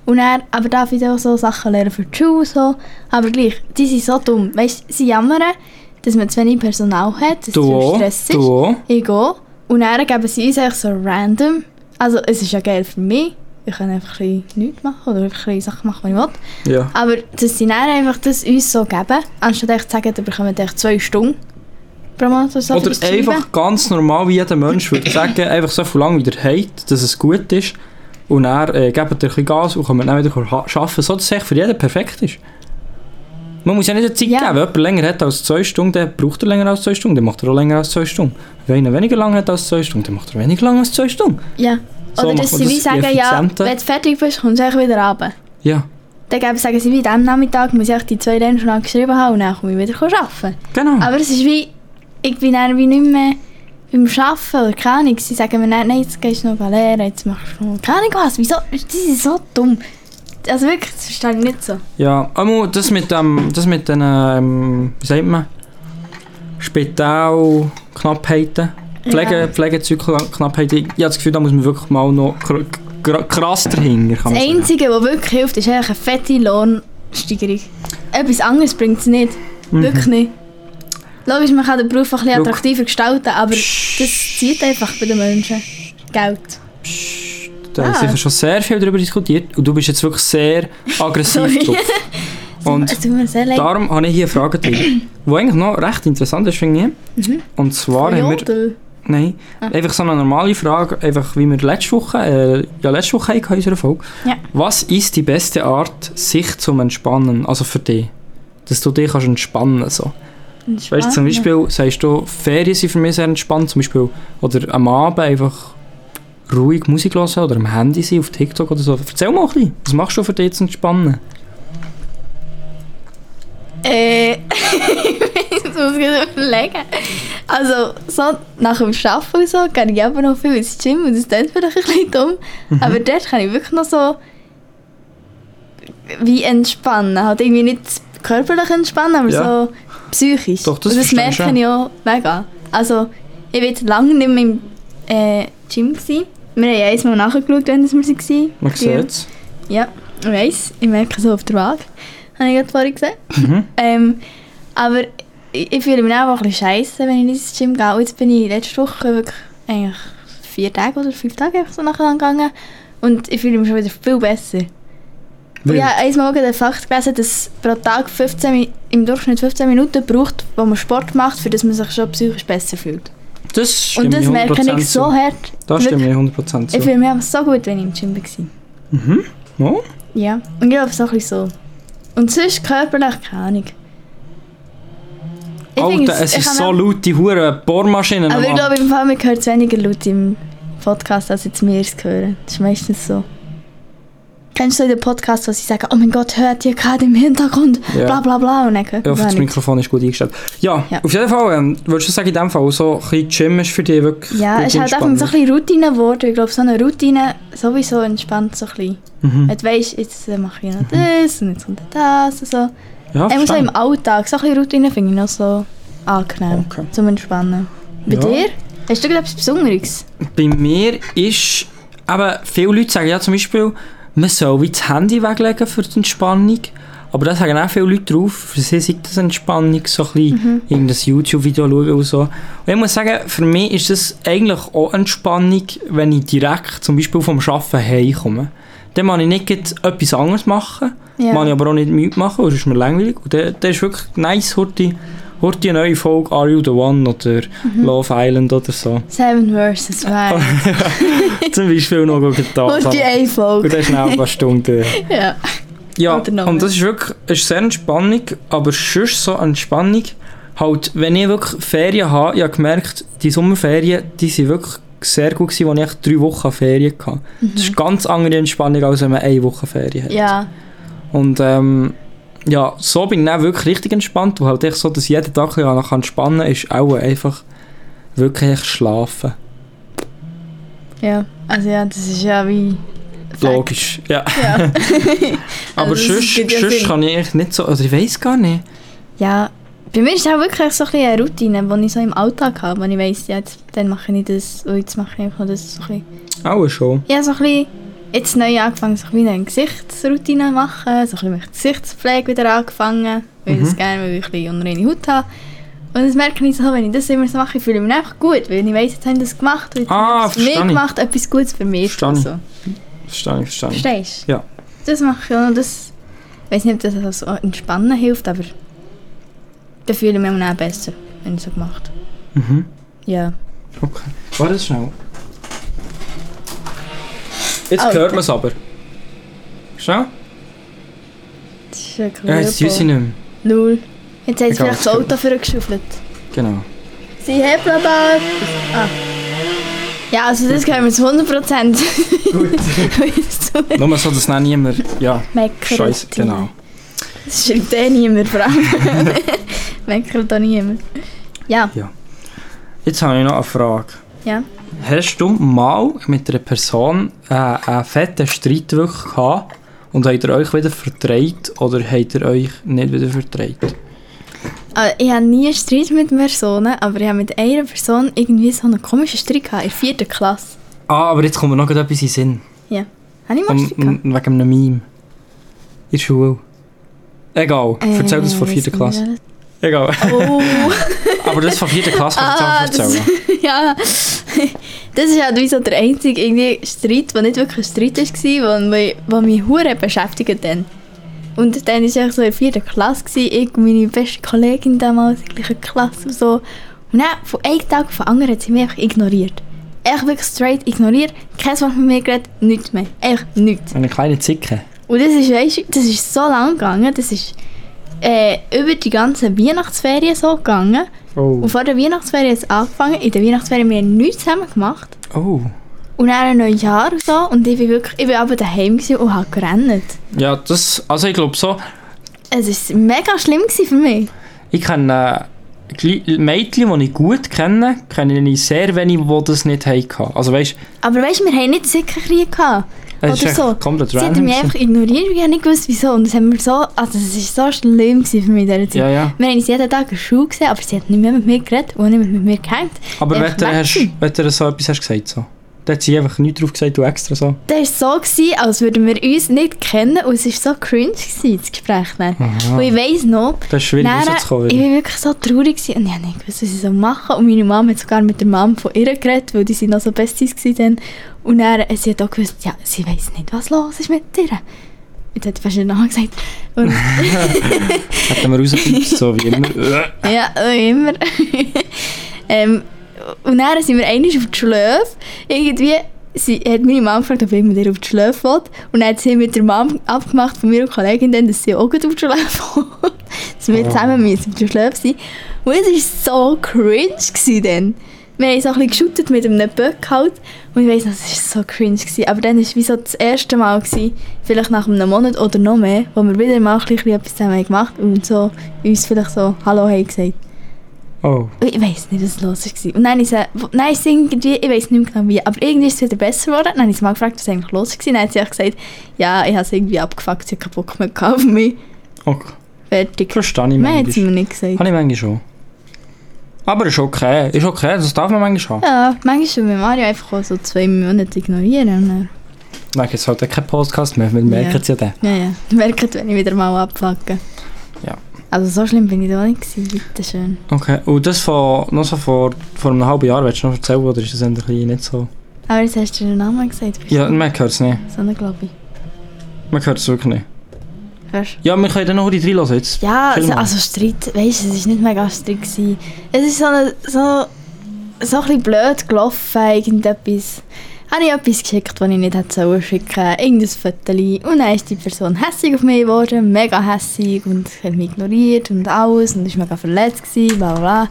C: Und er, aber darf ich auch so Sachen lernen für die Schule und so. Aber gleich, die sind so dumm. Weißt sie jammern, dass man zu wenig Personal hat, dass es zu viel
B: Du,
C: Stress ist.
B: du.
C: Ich gehe. Und dann geben sie uns einfach so random. Also es ist ja geil für mich. Ich kann einfach ein bisschen nichts machen oder einfach ein bisschen Sachen machen, die ich will.
B: Ja.
C: Aber dass sie dann einfach das uns so geben, anstatt echt zu sagen, ihr bekommt echt zwei Stunden pro Monat oder so. für
B: Oder
C: das Schreiben.
B: einfach ganz normal, wie jeder Mensch würde sagen, einfach so viel lange wie ihr habt, dass es gut ist. Und dann äh, gebt ihr ein bisschen Gas und kommt dann wieder ha- arbeiten, so dass es eigentlich für jeden perfekt ist. Man muss ja nicht eine Zeit
C: Ja.
B: geben. Wenn jemand länger hat als zwei Stunden, dann braucht er länger als zwei Stunden, dann macht er auch länger als zwei Stunden. Wenn einer weniger lange hat als zwei Stunden, dann macht er weniger lang als zwei Stunden.
C: Ja.
B: So
C: Oder
B: macht
C: dass
B: man
C: sie
B: das
C: wie sagen, ja,
B: effizienter.
C: wenn du fertig bist, kommst du eigentlich wieder runter.
B: Ja,
C: Dann geben, sagen sie, wie am Nachmittag muss ich die zwei Rennen schon lange geschrieben haben und dann komme ich wieder arbeiten.
B: genau.
C: Aber es ist wie, ich bin dann wie nicht mehr beim Arbeiten oder keine Ahnung. Sie sagen mir dann, nein, jetzt gehst du noch lernen, jetzt machst du noch keine Ahnung was. Wieso? Die sind so dumm. Also wirklich, das verstehe ich nicht so.
B: Ja, einmal das mit dem, das mit den, ähm, wie sagt man, Spitalknappheiten, Pflege,
C: Ja.
B: Pflegezyklenknappheiten, ich habe das Gefühl, da muss man wirklich mal noch kr kr krass dahinter, kann
C: Das
B: man sagen.
C: Einzige, was wirklich hilft, ist eigentlich eine fette Lohnsteigerung. Etwas anderes bringt es nicht.
B: Mhm.
C: Wirklich nicht. Logisch, man kann den Beruf ein bisschen
B: Look.
C: attraktiver gestalten, aber das zieht einfach bei den Menschen Geld.
B: Da haben wir
C: Ah.
B: sicher schon sehr viel darüber diskutiert und du bist jetzt wirklich sehr aggressiv
C: Sorry.
B: drauf. Und
C: Es tut mir sehr leid.
B: darum habe ich hier eine Frage drin, die eigentlich noch recht interessant ist, finde ich.
C: Mhm.
B: Und zwar haben wir...
C: Jodel.
B: Nein, einfach so eine normale Frage, einfach wie wir letzte Woche, äh, ja letzte Woche hatten in unserer Folge.
C: Ja.
B: Was ist die beste Art, sich zum Entspannen, also für dich? Dass du dich kannst entspannen so. Weißt du,
C: Ah,
B: zum Beispiel sagst du, Ferien sind für mich sehr entspannt, zum Beispiel, oder am Abend einfach ruhig Musik hören oder am Handy sein, auf TikTok oder so. Erzähl mal ein bisschen, was machst du für dich zu entspannen?
C: Äh, ich muss mir überlegen. Also, so nach dem Arbeiten und so, gehe ich eben noch viel ins Gym und das klingt vielleicht ein bisschen dumm.
B: Mhm.
C: Aber dort kann ich wirklich noch so wie entspannen. Halt irgendwie nicht körperlich entspannen, aber
B: Ja.
C: so psychisch.
B: Doch, das
C: und das
B: verstehe ich
C: merke
B: schon.
C: ich auch mega. Also, ich war jetzt lange nicht mehr im äh, Gym. Gewesen. Wir haben ja einmal nachgeschaut, wann wir waren.
B: Man
C: Ja.
B: sieht es.
C: Ja, ich weiss. Ich merke es auch auf der Waage. Habe ich gerade vorhin gesehen.
B: Mhm.
C: ähm, aber ich, ich fühle mich auch ein bisschen scheiße, wenn ich ins Gym gehe. Und Jetzt bin ich letzte Woche wirklich eigentlich vier Tage oder fünf Tage einfach so nachher gegangen. Und ich fühle mich schon wieder viel besser. Und Ja, einmal auch den Fakt gelesen, dass pro Tag 15, Mi- im Durchschnitt 15 Minuten braucht, wo man Sport macht, für dass man sich schon psychisch besser fühlt.
B: Das stimme
C: Und das
B: ich
C: merke
B: 100%
C: ich so
B: zu.
C: hart.
B: Da stimme
C: Wirklich.
B: ich 100%
C: Ich
B: zu.
C: fühle mich einfach so gut, wenn ich im Gym war.
B: Oh?
C: Ja, und ich glaube, so ein bisschen so. Und sonst körperlich keine Ahnung. Ich
B: Alter,
C: finde
B: es
C: ich
B: ist
C: kann
B: so
C: auch-
B: laut, die Huren Bohrmaschinen.
C: Aber ich
B: Mann.
C: glaube, im Fall, man hört es weniger laut im Podcast, als jetzt wir es hören. Das ist meistens so. Kennst du so den Podcast, wo sie sagen, oh mein Gott, hört ihr gerade im Hintergrund,
B: Ja.
C: bla bla bla, und dann hört
B: Ja,
C: man
B: auf das
C: nichts.
B: Mikrofon ist gut eingestellt. Ja,
C: Ja.
B: auf jeden Fall, ähm, würdest du sagen, in dem Fall so ein bisschen Gym ist für dich wirklich
C: Ja,
B: gut
C: es ist halt einfach
B: entspannend?
C: so ein bisschen Routine geworden. Ich glaube, so eine Routine sowieso entspannt so ein bisschen.
B: Mhm.
C: Wenn du weisst, jetzt äh, mache ich noch das und jetzt kommt das und so.
B: Ja,
C: Einfach so
B: verstehe.
C: im Alltag, so ein bisschen Routine finde ich noch so angenehm
B: Okay.
C: zum Entspannen. Bei
B: Ja.
C: dir? Hast du gerade etwas Besonderes?
B: Bei mir ist, aber viele Leute sagen ja zum Beispiel, man soll wie das Handy weglegen für die Entspannung. Aber das sagen auch viele Leute drauf, für sie sieht das Entspannung, so ein
C: Mhm.
B: bisschen irgendein YouTube-Video schauen und so. Und ich muss sagen, für mich ist das eigentlich auch Entspannung, wenn ich direkt zum Beispiel vom Arbeiten heimkomme. Dann kann ich nicht gleich etwas anderes machen,
C: Ja.
B: kann ich aber auch nicht müde machen, sonst ist mir langweilig. Und dann, dann ist wirklich nice, heute, heute eine neue Folge «Are You The One» oder
C: Mhm.
B: «Love Island» oder so.
C: Seven versus Wild.
B: Zum Beispiel noch getan.
C: Und die eine
B: Und
C: Folge.
B: das ist schnell ein paar Stunden.
C: Ja.
B: Ja,
C: Oder noch
B: und das ist wirklich ist sehr Entspannung, aber sonst so Entspannung. Halt, wenn ich wirklich Ferien habe, ich habe gemerkt, die Sommerferien, die sind wirklich sehr gut gewesen, als ich echt drei Wochen Ferien hatte.
C: Mhm.
B: Das ist ganz andere Entspannung, als wenn man eine Woche Ferien hat.
C: Ja.
B: Und ähm, ja, so bin ich dann wirklich richtig entspannt, weil halt echt so, dass ich jeden Tag ja noch entspannen kann, ist auch einfach wirklich echt schlafen.
C: Ja. Also ja, das ist ja wie...
B: Logisch, ja. Aber
C: Also, das
B: sonst,
C: gibt ja
B: sonst
C: Sinn.
B: kann ich echt nicht so, also ich weiß gar nicht.
C: Ja. Bei mir ist es auch wirklich so ein bisschen eine Routine, die ich so im Alltag habe, wenn ich weiss, ja, jetzt, dann mache ich das und jetzt mache ich einfach das so ein bisschen.
B: Auch schon.
C: Ja, so ein bisschen, jetzt neu angefangen, so ein bisschen eine Gesichtsroutine machen, so ein bisschen mit Gesichtspflege wieder angefangen, weil ich
B: Mhm.
C: das gerne, weil ich ein bisschen unreine Haut habe. Und das merke ich so, wenn ich das immer so mache, fühle ich mich einfach gut, weil ich weiss, jetzt haben das gemacht, und jetzt
B: Ah,
C: haben das für mich
B: verstehe ich.
C: gemacht, etwas Gutes für mich.
B: Verstehe
C: und
B: ich.
C: so.
B: Verstehe ich, verstehe ich.
C: Verstehst du?
B: Ja.
C: Das mache ich auch noch, das, ich weiss nicht, ob das also so entspannen hilft, aber da fühle ich mich auch dann besser, wenn ich so gemacht
B: Mhm.
C: Ja.
B: Okay. Warte schnell. Jetzt
C: Ah,
B: hört
C: okay.
B: man es aber. Schnell?
C: Das ist ja cool.
B: Ja, jetzt tun sie nicht mehr.
C: Null. Jetzt haben sie
B: Egal,
C: vielleicht das Auto vorgeschaufelt.
B: Genau.
C: Sie hebt aber. Ah. Ja, also das können wir zu 100 Prozent. Gut.
B: Nur mal so, dass dann niemand... Ja, scheiße, genau.
C: Das schreibt eh niemand, vor allem. Meckert da niemand. Ja,
B: Jetzt habe ich noch eine Frage.
C: ja.
B: Hast du mal mit einer Person äh, einen fetten Streit wirklich gehabt und habt ihr euch wieder verdreht oder habt ihr euch nicht wieder verdreht?
C: Also, ich habe nie einen Streit mit Personen, aber ich habe mit einer Person irgendwie so einen komischen Streit gehabt, in der vierten Klasse.
B: Ah, aber jetzt kommt mir noch etwas in den Sinn.
C: Habe ich mal einen
B: Und,
C: Streit gehabt?
B: und wegen einem Meme. In der Schule. Egal, erzähl das von
C: Äh,
B: vierter
C: weiss
B: Klasse.
C: nicht,
B: Egal.
C: welches. Oh.
B: Aber das von vierter Klasse kannst du
C: Ah,
B: auch
C: das,
B: erzählen.
C: ja, Dus das ist halt wie so der einzige irgendwie Streit, der nicht wirklich ein Streit war, der mich, wo mich hure beschäftigt dann. Und dann war ich so in der vierten Klasse, gewesen, ich und meine beste Kollegin damals in der gleichen Klasse und so. Und dann, von einem Tag auf den anderen hat sie mich einfach ignoriert. Echt wirklich straight ignoriert, kein Wort mit mir geredet, nichts mehr. Echt nichts.
B: Eine kleine Zicke.
C: Und das ist, weißt, das ist so lang gegangen, das ist äh, über die ganzen Weihnachtsferien so gegangen.
B: Oh.
C: Und vor der Weihnachtsferien hat es angefangen. In der Weihnachtsferien haben wir nichts zusammen gemacht.
B: Oh.
C: Und dann ein neues Jahr und so. Und ich bin wirklich, ich bin aber daheim gewesen und habe gerannt.
B: Ja, das, also ich glaube so,
C: Es war mega schlimm gewesen für mich.
B: ich kenne äh, Gli- Mädchen, die ich gut kenne, kenne ich sehr wenige, die das nicht hatten. Also weißt
C: Aber weißt du, wir haben nicht Sickerkrieg gehabt.
B: du, es
C: Oder
B: ist
C: so.
B: echt komplett
C: Sie hat
B: random.
C: mich einfach
B: gewesen.
C: ignoriert und ich habe nicht gewusst, wieso. Und das haben wir so, also es war so schlimm gewesen für mich in dieser Zeit.
B: Ja, ja.
C: Wir haben uns jeden Tag in der Schule gesehen, aber sie hat nicht mehr mit mir geredet und auch nicht mit mir gehängt.
B: Aber wenn
C: einfach
B: du,
C: weg
B: hast,
C: gewesen.
B: wenn du so etwas hast gesagt so. Dann hat sie einfach nichts drauf gesagt, du extra so.
C: Das war so, gewesen, als würden wir uns nicht kennen und es war so cringe, gewesen, das Gespräch. Dann. Und ich weiss noch,
B: Das ist schwierig
C: Nachher,
B: rauszukommen.
C: ich
B: wieder.
C: war wirklich so traurig gewesen und ich habe nicht gewusst, was ich so machen soll. Und meine Mama hat sogar mit der Mama von ihr geredet, weil die sind noch so Besties gewesen dann. Und dann, äh, sie hat auch gewusst, ja, sie weiss nicht, was los ist mit ihr. Jetzt hat sie fast den Namen gesagt. Und
B: Hätten wir rausgepipst, so wie immer.
C: ja, wie immer. ähm, und dann sind wir einmal auf die Schläfe. Irgendwie sie, hat meine Mama gefragt, ob ich mit ihr auf die Schläfe will. Und dann hat sie mit der Mama abgemacht von meiner Kollegin, dann, dass sie auch gut auf die Schläfe will. dass wir zusammen müssen auf die Schläfe sein. Und es war so cringe gewesen dann. wir haben so ein bisschen geshootet mit einem Böck halt. Und ich weiss noch, es war so cringe. Gewesen. Aber dann war es wie so das erste Mal, gewesen, vielleicht nach einem Monat oder noch mehr, wo wir wieder mal ein bisschen etwas zusammen gemacht haben und so uns vielleicht so Hallo haben gesagt.
B: Oh.
C: Ich weiss nicht, was los war. Und dann ist er, nein, es ist irgendwie, ich weiss nicht mehr genau wie, aber irgendwie ist es wieder besser geworden. Dann habe ich sie mal gefragt, was eigentlich los war. Dann hat sie auch gesagt, ja, ich habe es irgendwie abgefuckt, sie hat keinen Bock mehr gehabt auf mich.
B: Okay.
C: Fertig.
B: Verstehe ich
C: Mehr hat sie
B: manchmal.
C: mir nicht gesagt.
B: Habe ich manchmal schon. Aber ist okay. Ist okay, das darf man manchmal haben.
C: Ja, manchmal will Mario einfach auch so zwei Monate ignorieren. Und dann,
B: Nein, jetzt halt kein Podcast mehr, wir merken es ja dann.
C: ja, ja, merkt, wenn ich wieder mal abfacke.
B: Ja.
C: Also so schlimm bin ich da auch nicht gewesen, bitteschön.
B: Okay, und das von, noch so vor, vor einem halben Jahr, willst du noch erzählen, oder ist das ein bisschen nicht so?
C: Aber jetzt hast du den Namen gesagt, bist
B: Ja,
C: du
B: man hört es nicht.
C: so eine, glaube
B: Man hört es wirklich nicht.
C: ich. Hörst du?
B: Ja, wir können dann noch die drei hören jetzt.
C: Ja,
B: Film
C: also,
B: an.
C: also Streit, weißt du, es war nicht mega Streit. Gewesen. Es ist so, eine, so, so ein bisschen blöd gelaufen, irgendetwas. Habe ich etwas geschickt, was ich nicht hätte sollen schicken irgendein Viertel. Und dann ist die Person hässig auf mich geworden, mega hässig und hat mich ignoriert und alles und ich war mega verletzt, gewesen, bla bla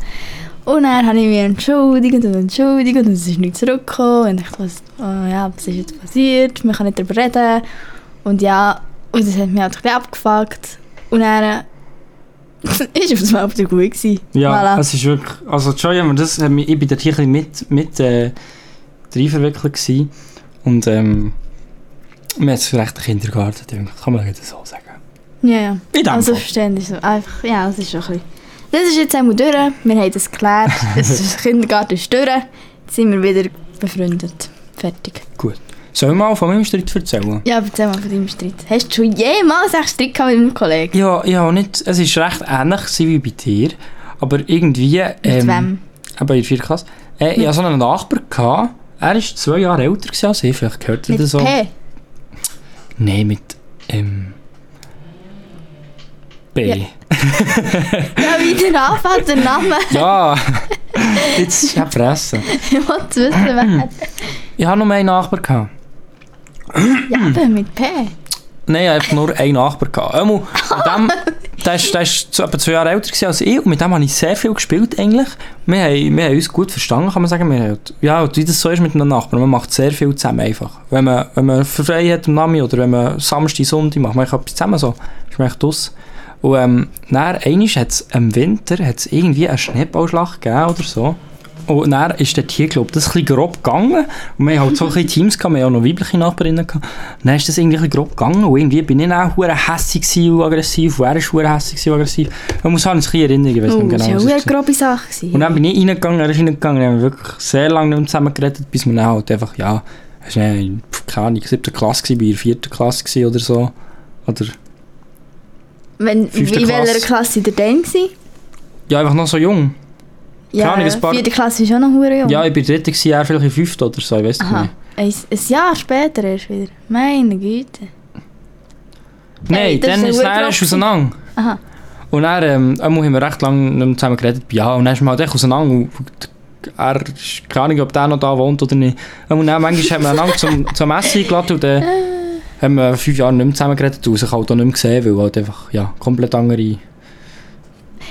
C: bla. Und dann habe ich mich entschuldigt und entschuldigt und es ist nicht zurückgekommen. Und ich dachte, was, oh ja, was ist jetzt passiert, wir können nicht darüber reden. Und ja, und das hat mich halt ein bisschen abgefuckt. Und dann äh, ist es mal wieder gut gewesen.
B: Ja,
C: Voilà.
B: es ist wirklich, also Joy, aber das hat mich, ich bin da hier ein bisschen mit, mit äh, rein verwickelt gewesen. und ähm, mir hat es recht den Kindergarten gedacht, kann man das so sagen.
C: Ja, ja.
B: In dem
C: Also
B: Fall.
C: verständlich. so. Einfach, ja, das ist schon ein bisschen. Das ist jetzt einmal durch. Wir haben das geklärt. Es ist- Der Kindergarten ist durch. Jetzt sind wir wieder befreundet. Fertig.
B: Soll ich mal von meinem Streit erzählen?
C: Ja, aber erzähl mal von deinem Streit. Hast du schon jemals echt Streit gehabt mit einem Kollegen?
B: Ja, ja, nicht, es ist recht ähnlich gewesen wie bei dir, aber irgendwie...
C: Mit
B: ähm,
C: wem?
B: Aber in der vierten Klasse. Äh, ich hatte so einen Nachbar. Gehabt. Er war zwei Jahre älter gewesen als ich. Vielleicht gehört ihr
C: Mit
B: das so.
C: P.
B: Nein, mit. Ähm, B.
C: Ja, wie der anfängt, der Name.
B: Ja! Jetzt ist er fressen.
C: Ich wollte wissen, wer.
B: Ich hatte nur einen Nachbar. Gehabt.
C: Ja, aber mit P.
B: Nein, ich hatte einfach nur einen Nachbar. Gehabt. Einmal, mit dem, der ist- der ist zu- etwa zwei Jahre älter gewesen als ich und mit dem habe ich sehr viel gespielt eigentlich. Wir haben, wir haben uns gut verstanden, kann man sagen. Wir haben, ja, und wie das so ist mit einem Nachbarn, man macht sehr viel zusammen einfach. Wenn man, wenn man frei hat am Nami oder wenn man Samstag, Sonntag macht, man etwas zusammen so. Ist man echt aus. Und ähm, dann, einmal hat's im Winter hat's irgendwie eine Schneeballschlacht gegeben oder so. Und dann ist dort hier, Dus glaube ich, das ein bisschen grob gegangen. Und wir haben halt so ein bisschen Teams, gehabt, wir haben auch noch weibliche Nachbarinnen. Gehabt. Dann ist das irgendwie ein bisschen grob gegangen und irgendwie bin ich dann auch verdammt hässig gewesen und aggressiv. Und er ist verdammt hässig gewesen und aggressiv. Man muss halt ein bisschen erinnern, ich weiß
C: Oh,
B: nicht genau,
C: das
B: was
C: war ja auch
B: es
C: eine
B: war.
C: grobe Sache. gewesen.
B: Und dann bin ich reingegangen, er ist reingegangen, wir haben wirklich sehr lange nicht mehr zusammen geredet, bis wir dann halt einfach, nou, ja, es war dann in, pf, keine Ahnung, 7. Klasse, gewesen, bei der 4. Klasse gewesen oder so. Oder,
C: Wenn, in
B: Fünfte
C: welcher
B: Klasse.
C: Klasse war der denn? gewesen?
B: ja, einfach noch so jung.
C: Ja,
B: Ahnung, ein paar-
C: vierte Klasse ist auch noch hure jung.
B: Ja, ich bin dritte gewesen, er vielleicht in 5. oder so, ich weiß nicht
C: Oh. Aha.
B: mehr.
C: Ein, ein Jahr später erst wieder. Meine Güte. Ey,
B: Nein,
C: das
B: dann
C: ist
B: ist
C: ein
B: dann
C: guter
B: ist
C: Job.
B: auseinander.
C: Aha.
B: Und dann, ähm, einmal haben wir recht lange nicht mehr zusammen geredet. Ja, und dann ist man halt echt auseinander. Und er ist keine Ahnung, ob der noch da wohnt oder nicht. Und dann, nou manchmal haben wir einander zum, zum Essen eingeladen eh, und dann haben wir fünf Jahre nicht mehr zusammen geredet und sich halt auch nicht mehr gesehen, weil halt einfach ja, komplett andere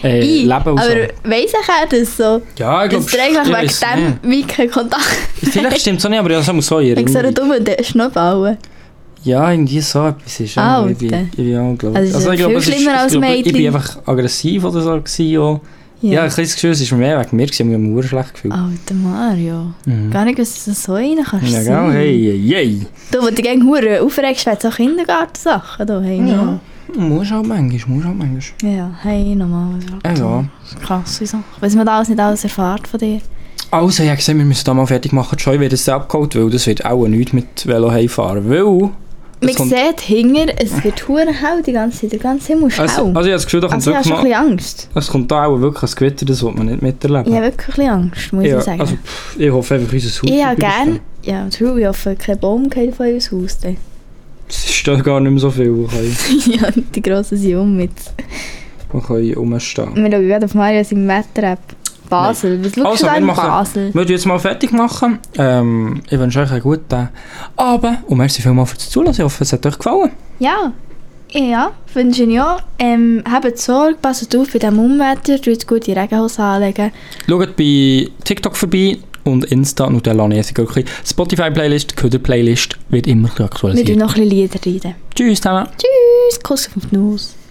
B: äh,
C: Ei,
B: Leben und so.
C: aber weiss ich auch das so?
B: Ja, ich
C: Dass
B: glaube,
C: du eigentlich wegen dem wie keinen Kontakt
B: Vielleicht stimmt es auch nicht, aber das muss so
C: wegen so einer
B: irgendwie.
C: dummen De- Schnurrbauer.
B: Ja, irgendwie so etwas ist. ja, ich bin-
C: Alter.
B: ich bin auch, glaub-
C: Ah, Also es ist
B: Also, ich glaube,
C: viel
B: es ist- ich
C: schlimmer als
B: glaube, ich bin
C: Mädchen.
B: einfach aggressiv oder so. Gewesen, auch. Ja, ein kleines Gefühl, es ist mir mehr wegen mir, gewesen, ich habe mich auch schlecht gefühlt.
C: Alter Mario.
B: Mhm.
C: Gar nicht, dass du so rein kannst
B: Ja,
C: sein.
B: genau, hey, hey,
C: Du, wo du gegen Huren aufregst, wenn so Kindergartensachen da hey,
B: Ja.
C: no.
B: hey. Muss auch manchmal, muss auch manchmal.
C: Ja, hey, nochmal. Also,
B: Ja, ja.
C: Krass, wieso? Weiss man da alles nicht alles erfahrt von dir?
B: Also, ich habe gesehen, wir müssen da mal fertig machen. Schon wird es abgeholt, weil das wird auch nichts mit Velo heimfahren. Weil...
C: Man
B: es kommt-
C: sieht hinter, es wird Huren hell die ganze Zeit. Der ganze Himmel ist
B: also, also, ich
C: hell.
B: habe das Gefühl, da kommt
C: Also ich habe
B: wirklich
C: schon ein
B: mal...
C: bisschen Angst.
B: Es kommt da auch wirklich ein Gewitter, das will man nicht miterleben.
C: Ich habe wirklich ein bisschen Angst, muss
B: Ja,
C: ich sagen.
B: also, pff, ich hoffe einfach, unser Haus...
C: Ich habe
B: bleibt
C: gerne,
B: bestehen.
C: ja, true, ich hoffe, kein Baum geht von unserem Haus. dann.
B: Es ist da gar nicht mehr so viel, wo kann ich,
C: ja, die grossen sind um mit.
B: wo kann ich rumstehen.
C: Wir schauen gerade auf Mario seine Wetter-App. Basel, was schaust
B: Also,
C: du
B: wir
C: an
B: machen-
C: Basel?
B: Wir würden jetzt mal fertig machen. Ähm, ich wünsche euch einen guten Abend. Und merci vielmals fürs Zuhören. Ich hoffe, es hat euch gefallen.
C: Ja, Ja, wünsche ich auch. Ähm, habt Sorge, passt auf bei diesem Unwetter, tut gute Regenhose anlegen.
B: Schaut bei TikTok vorbei und Insta Nutella Nesi Gürkli. Spotify-Playlist, Köder-Playlist wird immer ein bisschen
C: Wir tun
B: aktualisiert.
C: noch ein bisschen Lieder rein.
B: Tschüss zusammen.
C: Tschüss, Kuss auf die Nuss.